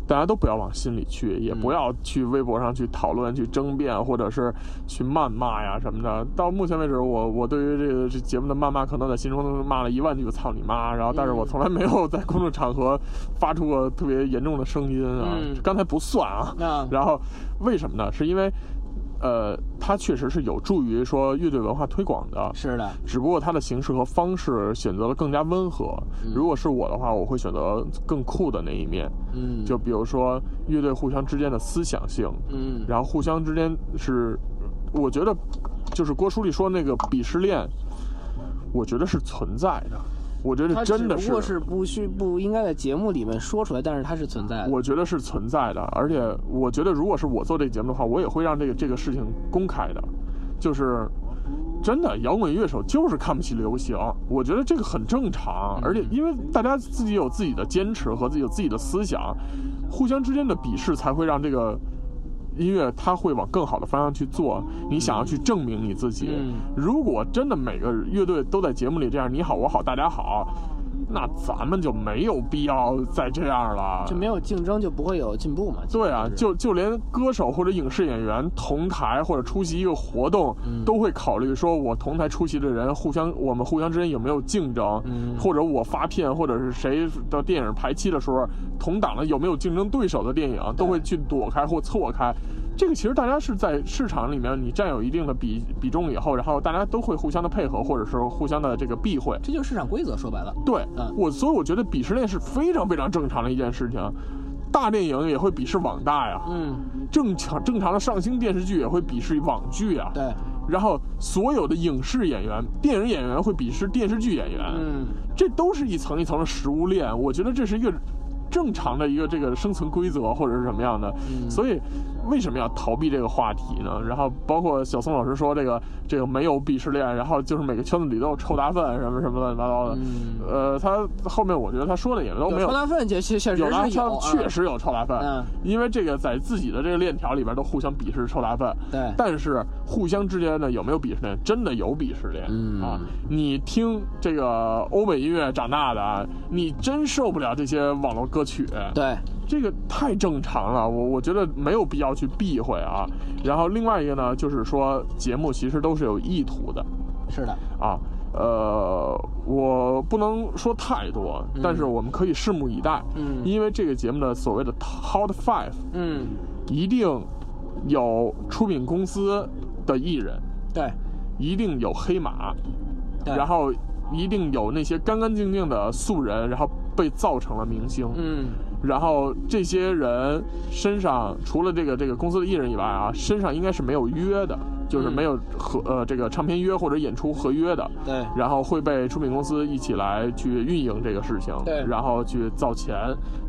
[SPEAKER 2] 大家都不要往心里去，也不要去微博上去讨论、去争辩，或者是去谩骂呀什么的。到目前为止，我我对于这个这节目的谩骂，可能在心中都是骂了一万句“操你妈”，然后但是我从来没有在公众场合发出过特别严重的声音啊，
[SPEAKER 4] 嗯
[SPEAKER 2] 刚才不算啊。
[SPEAKER 4] 那
[SPEAKER 2] 然后为什么呢？是因为，呃，它确实是有助于说乐队文化推广的，
[SPEAKER 4] 是的，
[SPEAKER 2] 只不过它的形式和方式选择了更加温和。如果是我的话，我会选择更酷的那一面。
[SPEAKER 4] 嗯，
[SPEAKER 2] 就比如说乐队互相之间的思想性，
[SPEAKER 4] 嗯，
[SPEAKER 2] 然后互相之间是，我觉得就是郭书丽说那个鄙视链，我觉得是存在的，我觉
[SPEAKER 4] 它
[SPEAKER 2] 得真的
[SPEAKER 4] 只不过是不需不应该在节目里面说出来，但是它是存在的。
[SPEAKER 2] 我觉得是存在的，而且我觉得如果是我做这个节目的话，我也会让这个这个事情公开的，就是真的摇滚乐手就是看不起流行，我觉得这个很正
[SPEAKER 4] 嗯
[SPEAKER 2] 常，而且因为大家自己有自己的坚持和自己有自己的思想，互相之间的鄙视才会让这个。音乐它会往更好的方向去做，你想要去证明你自己。
[SPEAKER 4] 嗯
[SPEAKER 2] 如果真的每个乐队都在节目里这样你好我好大家好，那咱们就没有必要再这样了，
[SPEAKER 4] 就没有竞争就不会有进步嘛。其实
[SPEAKER 2] 啊对啊，
[SPEAKER 4] 是
[SPEAKER 2] 就就连歌手或者影视演员同台或者出席一个活动，
[SPEAKER 4] 嗯
[SPEAKER 2] 都会考虑说，我同台出席的人互相，我们互相之间有没有竞争，
[SPEAKER 4] 嗯
[SPEAKER 2] 或者我发片，或者是谁的电影排期的时候，同档的有没有竞争对手的电影，都会去躲开或错开。这个其实大家是在市场里面，你占有一定的比比重以后，然后大家都会互相的配合，或者是互相的这个避讳。
[SPEAKER 4] 这就是市场规则，说白了。
[SPEAKER 2] 对
[SPEAKER 4] 嗯，
[SPEAKER 2] 我所以我觉得鄙视链是非常非常正常的一件事情。大电影也会鄙视网大呀，
[SPEAKER 4] 嗯，
[SPEAKER 2] 正常正常的上星电视剧也会鄙视网剧啊，
[SPEAKER 4] 对，
[SPEAKER 2] 然后所有的影视演员、电影演员会鄙视电视剧演员，
[SPEAKER 4] 嗯，
[SPEAKER 2] 这都是一层一层的食物链，我觉得这是一个正常的一个这个生存规则或者是什么样的，
[SPEAKER 4] 嗯
[SPEAKER 2] 所以为什么要逃避这个话题呢？然后包括小宋老师说这个这个没有鄙视链，然后就是每个圈子里都有臭大粪什么什么乱七八糟的，
[SPEAKER 4] 嗯
[SPEAKER 2] 呃，他后面我觉得他说的也都没有
[SPEAKER 4] 臭。大粪确确确实
[SPEAKER 2] 有拉
[SPEAKER 4] 是
[SPEAKER 2] 他
[SPEAKER 4] 有，啊
[SPEAKER 2] 确实有臭大粪，
[SPEAKER 4] 嗯
[SPEAKER 2] 因为这个在自己的这个链条里边都互相鄙视臭大粪，
[SPEAKER 4] 对
[SPEAKER 2] 但是互相之间呢有没有鄙视链？真的有鄙视链、
[SPEAKER 4] 嗯
[SPEAKER 2] 啊！你听这个欧美音乐长大的啊，你真受不了这些网络歌曲，
[SPEAKER 4] 嗯对，
[SPEAKER 2] 这个太正常了，我我觉得没有必要去避讳啊。然后另外一个呢，就是说节目其实都是有意图的，
[SPEAKER 4] 是的，
[SPEAKER 2] 啊，呃，我不能说太多，但是我们可以拭目以待，
[SPEAKER 4] 嗯
[SPEAKER 2] 因为这个节目的所谓的 Hot Five
[SPEAKER 4] 嗯，
[SPEAKER 2] 一定有出品公司的艺人，
[SPEAKER 4] 对，
[SPEAKER 2] 一定有黑马，
[SPEAKER 4] 对
[SPEAKER 2] 然后一定有那些干干净净的素人，然后被造成了明星，
[SPEAKER 4] 嗯，
[SPEAKER 2] 然后这些人身上除了这个这个公司的艺人以外啊，身上应该是没有约的，
[SPEAKER 4] 嗯
[SPEAKER 2] 就是没有合呃这个唱片约或者演出合约的，
[SPEAKER 4] 对，
[SPEAKER 2] 然后会被出品公司一起来去运营这个事情，
[SPEAKER 4] 对
[SPEAKER 2] 然后去造钱，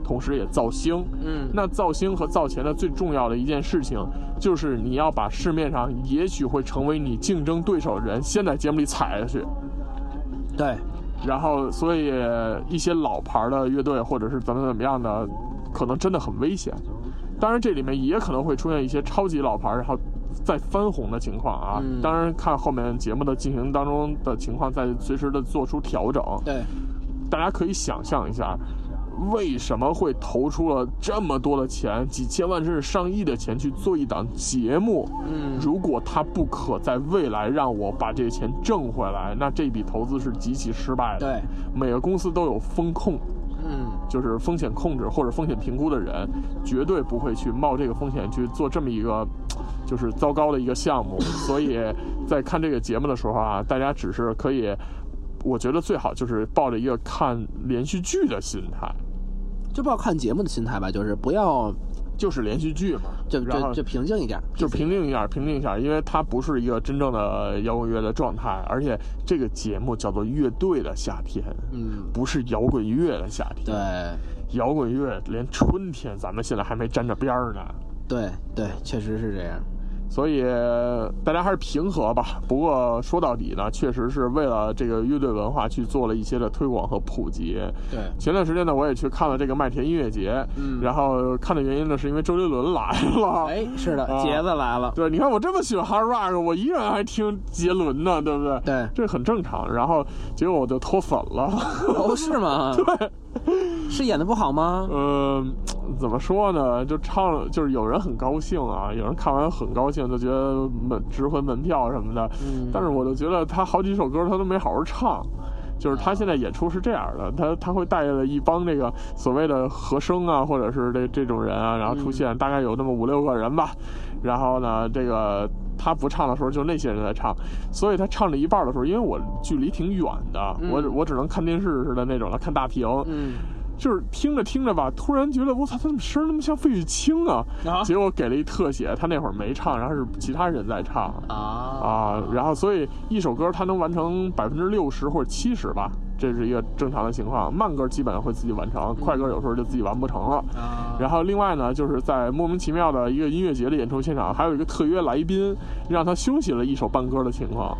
[SPEAKER 2] 同时也造星。
[SPEAKER 4] 嗯，
[SPEAKER 2] 那造星和造钱的最重要的一件事情，就是你要把市面上也许会成为你竞争对手的人先在节目里踩下去，
[SPEAKER 4] 对，
[SPEAKER 2] 然后所以一些老牌的乐队或者是怎么怎么样的，可能真的很危险。当然，这里面也可能会出现一些超级老牌，然后再翻红的情况啊。
[SPEAKER 4] 嗯
[SPEAKER 2] 当然，看后面节目的进行当中的情况，再随时的做出调整。
[SPEAKER 4] 对，
[SPEAKER 2] 大家可以想象一下，为什么会投出了这么多的钱，几千万甚至上亿的钱去做一档节目？
[SPEAKER 4] 嗯，
[SPEAKER 2] 如果它不可在未来让我把这些钱挣回来，那这笔投资是极其失败的。
[SPEAKER 4] 对，
[SPEAKER 2] 每个公司都有风控，
[SPEAKER 4] 嗯，
[SPEAKER 2] 就是风险控制或者风险评估的人，绝对不会去冒这个风险去做这么一个，就是糟糕的一个项目。所以在看这个节目的时候啊，大家只是可以，我觉得最好就是抱着一个看连续剧的心态。
[SPEAKER 4] 就抱看节目的心态吧，就是不要
[SPEAKER 2] 就是连续剧嘛，
[SPEAKER 5] 就
[SPEAKER 2] 然后
[SPEAKER 5] 就就平静一点，
[SPEAKER 2] 就平静一下，平静一下，因为它不是一个真正的摇滚乐的状态，而且这个节目叫做《乐队的夏天》，
[SPEAKER 5] 嗯，
[SPEAKER 2] 不是摇滚乐的夏天。
[SPEAKER 5] 对，
[SPEAKER 2] 摇滚乐连春天咱们现在还没沾着边儿呢，
[SPEAKER 5] 对对，确实是这样，
[SPEAKER 2] 所以大家还是平和吧。不过说到底呢，确实是为了这个乐队文化去做了一些的推广和普及。
[SPEAKER 5] 对，
[SPEAKER 2] 前段时间呢，我也去看了这个麦田音乐节，
[SPEAKER 5] 嗯
[SPEAKER 2] 然后看的原因呢，是因为周杰伦来了。
[SPEAKER 5] 哎，
[SPEAKER 4] 是的，
[SPEAKER 2] 啊
[SPEAKER 4] 杰子 来了，
[SPEAKER 2] 对，你看我这么喜欢 hard rock，我依然还听杰伦呢，对不对？
[SPEAKER 5] 对，
[SPEAKER 2] 这很正常。然后结果我就脱粉了。
[SPEAKER 5] 哦，是吗？是演的不好吗？
[SPEAKER 2] 嗯，怎么说呢？就唱了，就是有人很高兴啊，有人看完很高兴，就觉得门值回门票什么的。
[SPEAKER 5] 嗯
[SPEAKER 2] 但是我就觉得他好几首歌他都没好好唱。就是他现在演出是这样的，他他会带了一帮这个所谓的和声啊，或者是这这种人啊，然后
[SPEAKER 5] 嗯
[SPEAKER 2] 出现大概有那么五六个人吧，然后呢，这个他不唱的时候就那些人在唱，所以他唱了一半的时候，因为我距离挺远的，我我只能看电视似的那种了，看大屏，
[SPEAKER 5] 嗯，
[SPEAKER 2] 就是听着听着吧，突然觉得我操，他怎么声儿那么像费玉清啊？
[SPEAKER 5] 啊
[SPEAKER 2] 结果给了一特写，他那会儿没唱，然后是其他人在唱
[SPEAKER 5] 啊，
[SPEAKER 2] 啊。然后所以一首歌他能完成百分之六十或者七十吧，这是一个正常的情况。慢歌基本上会自己完成，快歌有时候就自己完不成了。
[SPEAKER 5] 啊，
[SPEAKER 2] 然后另外呢，就是在莫名其妙的一个音乐节的演出现场，还有一个特约来宾让他休息了一首半歌的情况。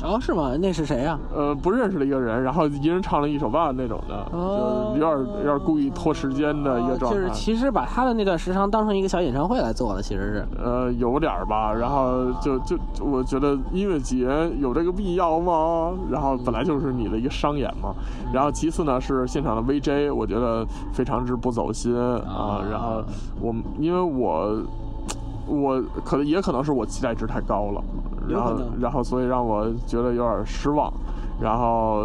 [SPEAKER 5] 哦，是吗？那是谁呀？
[SPEAKER 2] 呃，不认识的一个人，然后一人唱了一首半那种的，
[SPEAKER 5] 哦
[SPEAKER 2] 就是有点有点故意拖时间的呃一个状
[SPEAKER 5] 就
[SPEAKER 2] 态。
[SPEAKER 5] 是其实把他的那段时长当成一个小演唱会来做了，其实是。
[SPEAKER 2] 呃，有点儿吧，然后就就就我觉得音乐节有这个必要吗？然后本来就是你的一个商演嘛，
[SPEAKER 5] 嗯
[SPEAKER 2] 然后其次呢是现场的 VJ，我觉得非常之不走心啊
[SPEAKER 5] 啊。
[SPEAKER 2] 然后我因为我我可能也可能是我期待值太高了，然后
[SPEAKER 5] 有可能
[SPEAKER 2] 然后所以让我觉得有点失望。然后，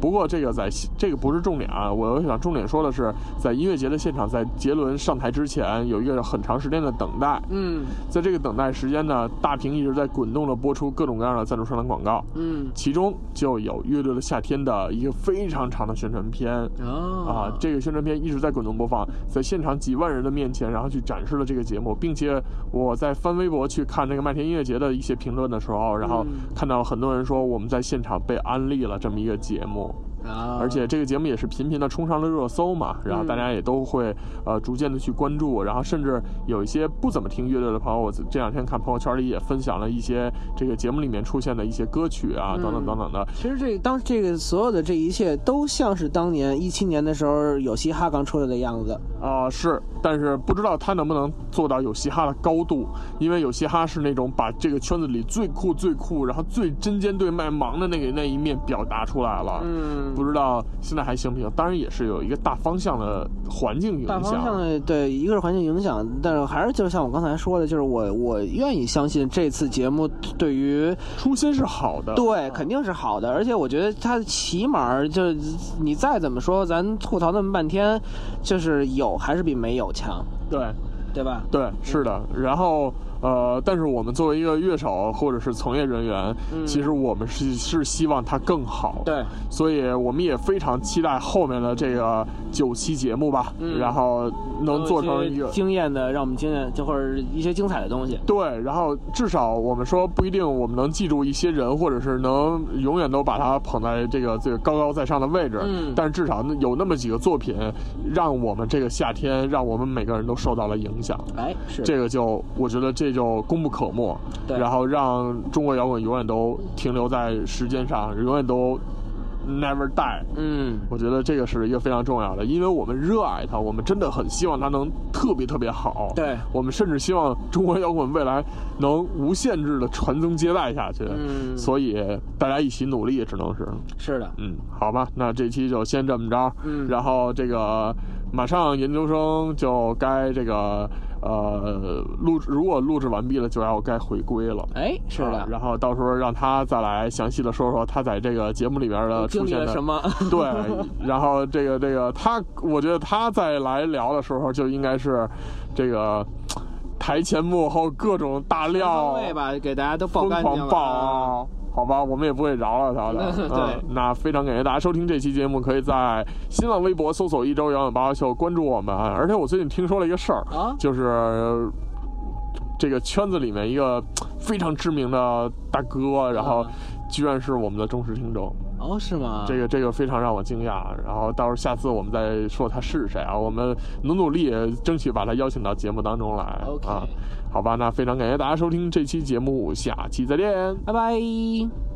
[SPEAKER 2] 不过这个在这个不是重点啊，我想重点说的是，在音乐节的现场，在杰伦上台之前，有一个很长时间的等待。
[SPEAKER 5] 嗯
[SPEAKER 2] 在这个等待时间呢，大屏一直在滚动的播出各种各样的赞助商的广告，
[SPEAKER 5] 嗯，
[SPEAKER 2] 其中就有《乐队的夏天》的一个非常长的宣传片。啊
[SPEAKER 4] 哦
[SPEAKER 5] 啊，
[SPEAKER 2] 这个宣传片一直在滚动播放，在现场几万人的面前，然后去展示了这个节目，并且我在翻微博去看那个麦田音乐节的一些评论的时候，然后看到很多人说我们在现场被安利了这么一个节目，
[SPEAKER 5] 啊，
[SPEAKER 2] 而且这个节目也是频频的冲上了热搜嘛，然后大家也都会呃逐渐的去关注，然后甚至有一些不怎么听乐队的朋友，我这两天看朋友圈里也分享了一些这个节目里面出现的一些歌曲啊，等等等等的。
[SPEAKER 5] 其实这个当这个所有的这一切都像是当年一七年的时候有嘻哈刚出来的样子。
[SPEAKER 2] 啊、是，但是不知道他能不能做到有嘻哈的高度，因为有嘻哈是那种把这个圈子里最酷、最酷，然后最针尖对麦芒的那个那一面表达出来了。
[SPEAKER 5] 嗯
[SPEAKER 2] 不知道现在还行不行？当然也是有一个大方向的环境影响。
[SPEAKER 5] 大方向的对，一个是环境影响，但是还是就像我刚才说的，就是我我愿意相信这次节目对于
[SPEAKER 2] 初心是好的，
[SPEAKER 5] 对肯定是好的，而且我觉得它起码就是你再怎么说，咱吐槽那么半天，就是有还是比没有强，
[SPEAKER 2] 对
[SPEAKER 5] 对吧？
[SPEAKER 2] 对，是的。然后呃，但是我们作为一个乐手或者是从业人员，其实我们是是希望它更好。
[SPEAKER 5] 嗯对，
[SPEAKER 2] 所以我们也非常期待后面的这个九期节目吧，
[SPEAKER 5] 嗯
[SPEAKER 2] 然后能做成一个。
[SPEAKER 5] 惊艳的，让我们惊艳，就或者一些精彩的东西。
[SPEAKER 2] 对，然后至少我们说不一定我们能记住一些人，或者是能永远都把他捧在这个最高高在上的位置。
[SPEAKER 5] 嗯
[SPEAKER 2] 但是至少有那么几个作品，让我们这个夏天，让我们每个人都受到了影响。
[SPEAKER 5] 哎，是
[SPEAKER 2] 这个就我觉得这就功不可没，
[SPEAKER 5] 对
[SPEAKER 2] 然后让中国摇滚永远都停留在时间上，永远都 never die。
[SPEAKER 5] 嗯，
[SPEAKER 2] 我觉得这个是一个非常重要的，因为我们热爱它，我们真的很希望它能特别特别好。
[SPEAKER 5] 对
[SPEAKER 2] 我们甚至希望中国摇滚未来能无限制的传宗接代下去。
[SPEAKER 5] 嗯
[SPEAKER 2] 所以大家一起努力，只能是。
[SPEAKER 5] 是的，
[SPEAKER 2] 嗯，好吧，那这期就先这么着。
[SPEAKER 5] 嗯
[SPEAKER 2] 然后这个马上研究生就该这个呃录，如果录制完毕了，就要该回归了。
[SPEAKER 5] 哎，是
[SPEAKER 2] 啊
[SPEAKER 5] 的，
[SPEAKER 2] 然后到时候让他再来详细的说说他在这个节目里边的
[SPEAKER 5] 经
[SPEAKER 2] 出
[SPEAKER 5] 历
[SPEAKER 2] 现
[SPEAKER 5] 了
[SPEAKER 2] 的
[SPEAKER 5] 什。么？
[SPEAKER 2] 对，然后这个这个他，我觉得他再来聊的时候就应该是这个台前幕后各种大料
[SPEAKER 5] 位吧，给大家都爆
[SPEAKER 2] 疯
[SPEAKER 5] 干净
[SPEAKER 2] 狂
[SPEAKER 5] 了。
[SPEAKER 2] 爆啊，好吧，我们也不会饶了 他的。嗯，那非常感谢大家收听这期节目，可以在新浪微博搜索“一周摇滚八卦秀”关注我们。而且我最近听说了一个事儿，
[SPEAKER 5] 啊
[SPEAKER 2] 就是呃这个圈子里面一个非常知名的大哥，然后
[SPEAKER 5] 啊
[SPEAKER 2] 居然是我们的忠实听众。
[SPEAKER 5] 哦，是
[SPEAKER 4] 啊
[SPEAKER 5] 吗？
[SPEAKER 2] 这个这个非常让我惊讶，然后到时候下次我们再说他是谁啊，我们努努力，争取把他邀请到节目当中来
[SPEAKER 5] OK
[SPEAKER 2] 啊，好吧，那非常感谢大家收听这期节目，下期再见。
[SPEAKER 5] 拜拜。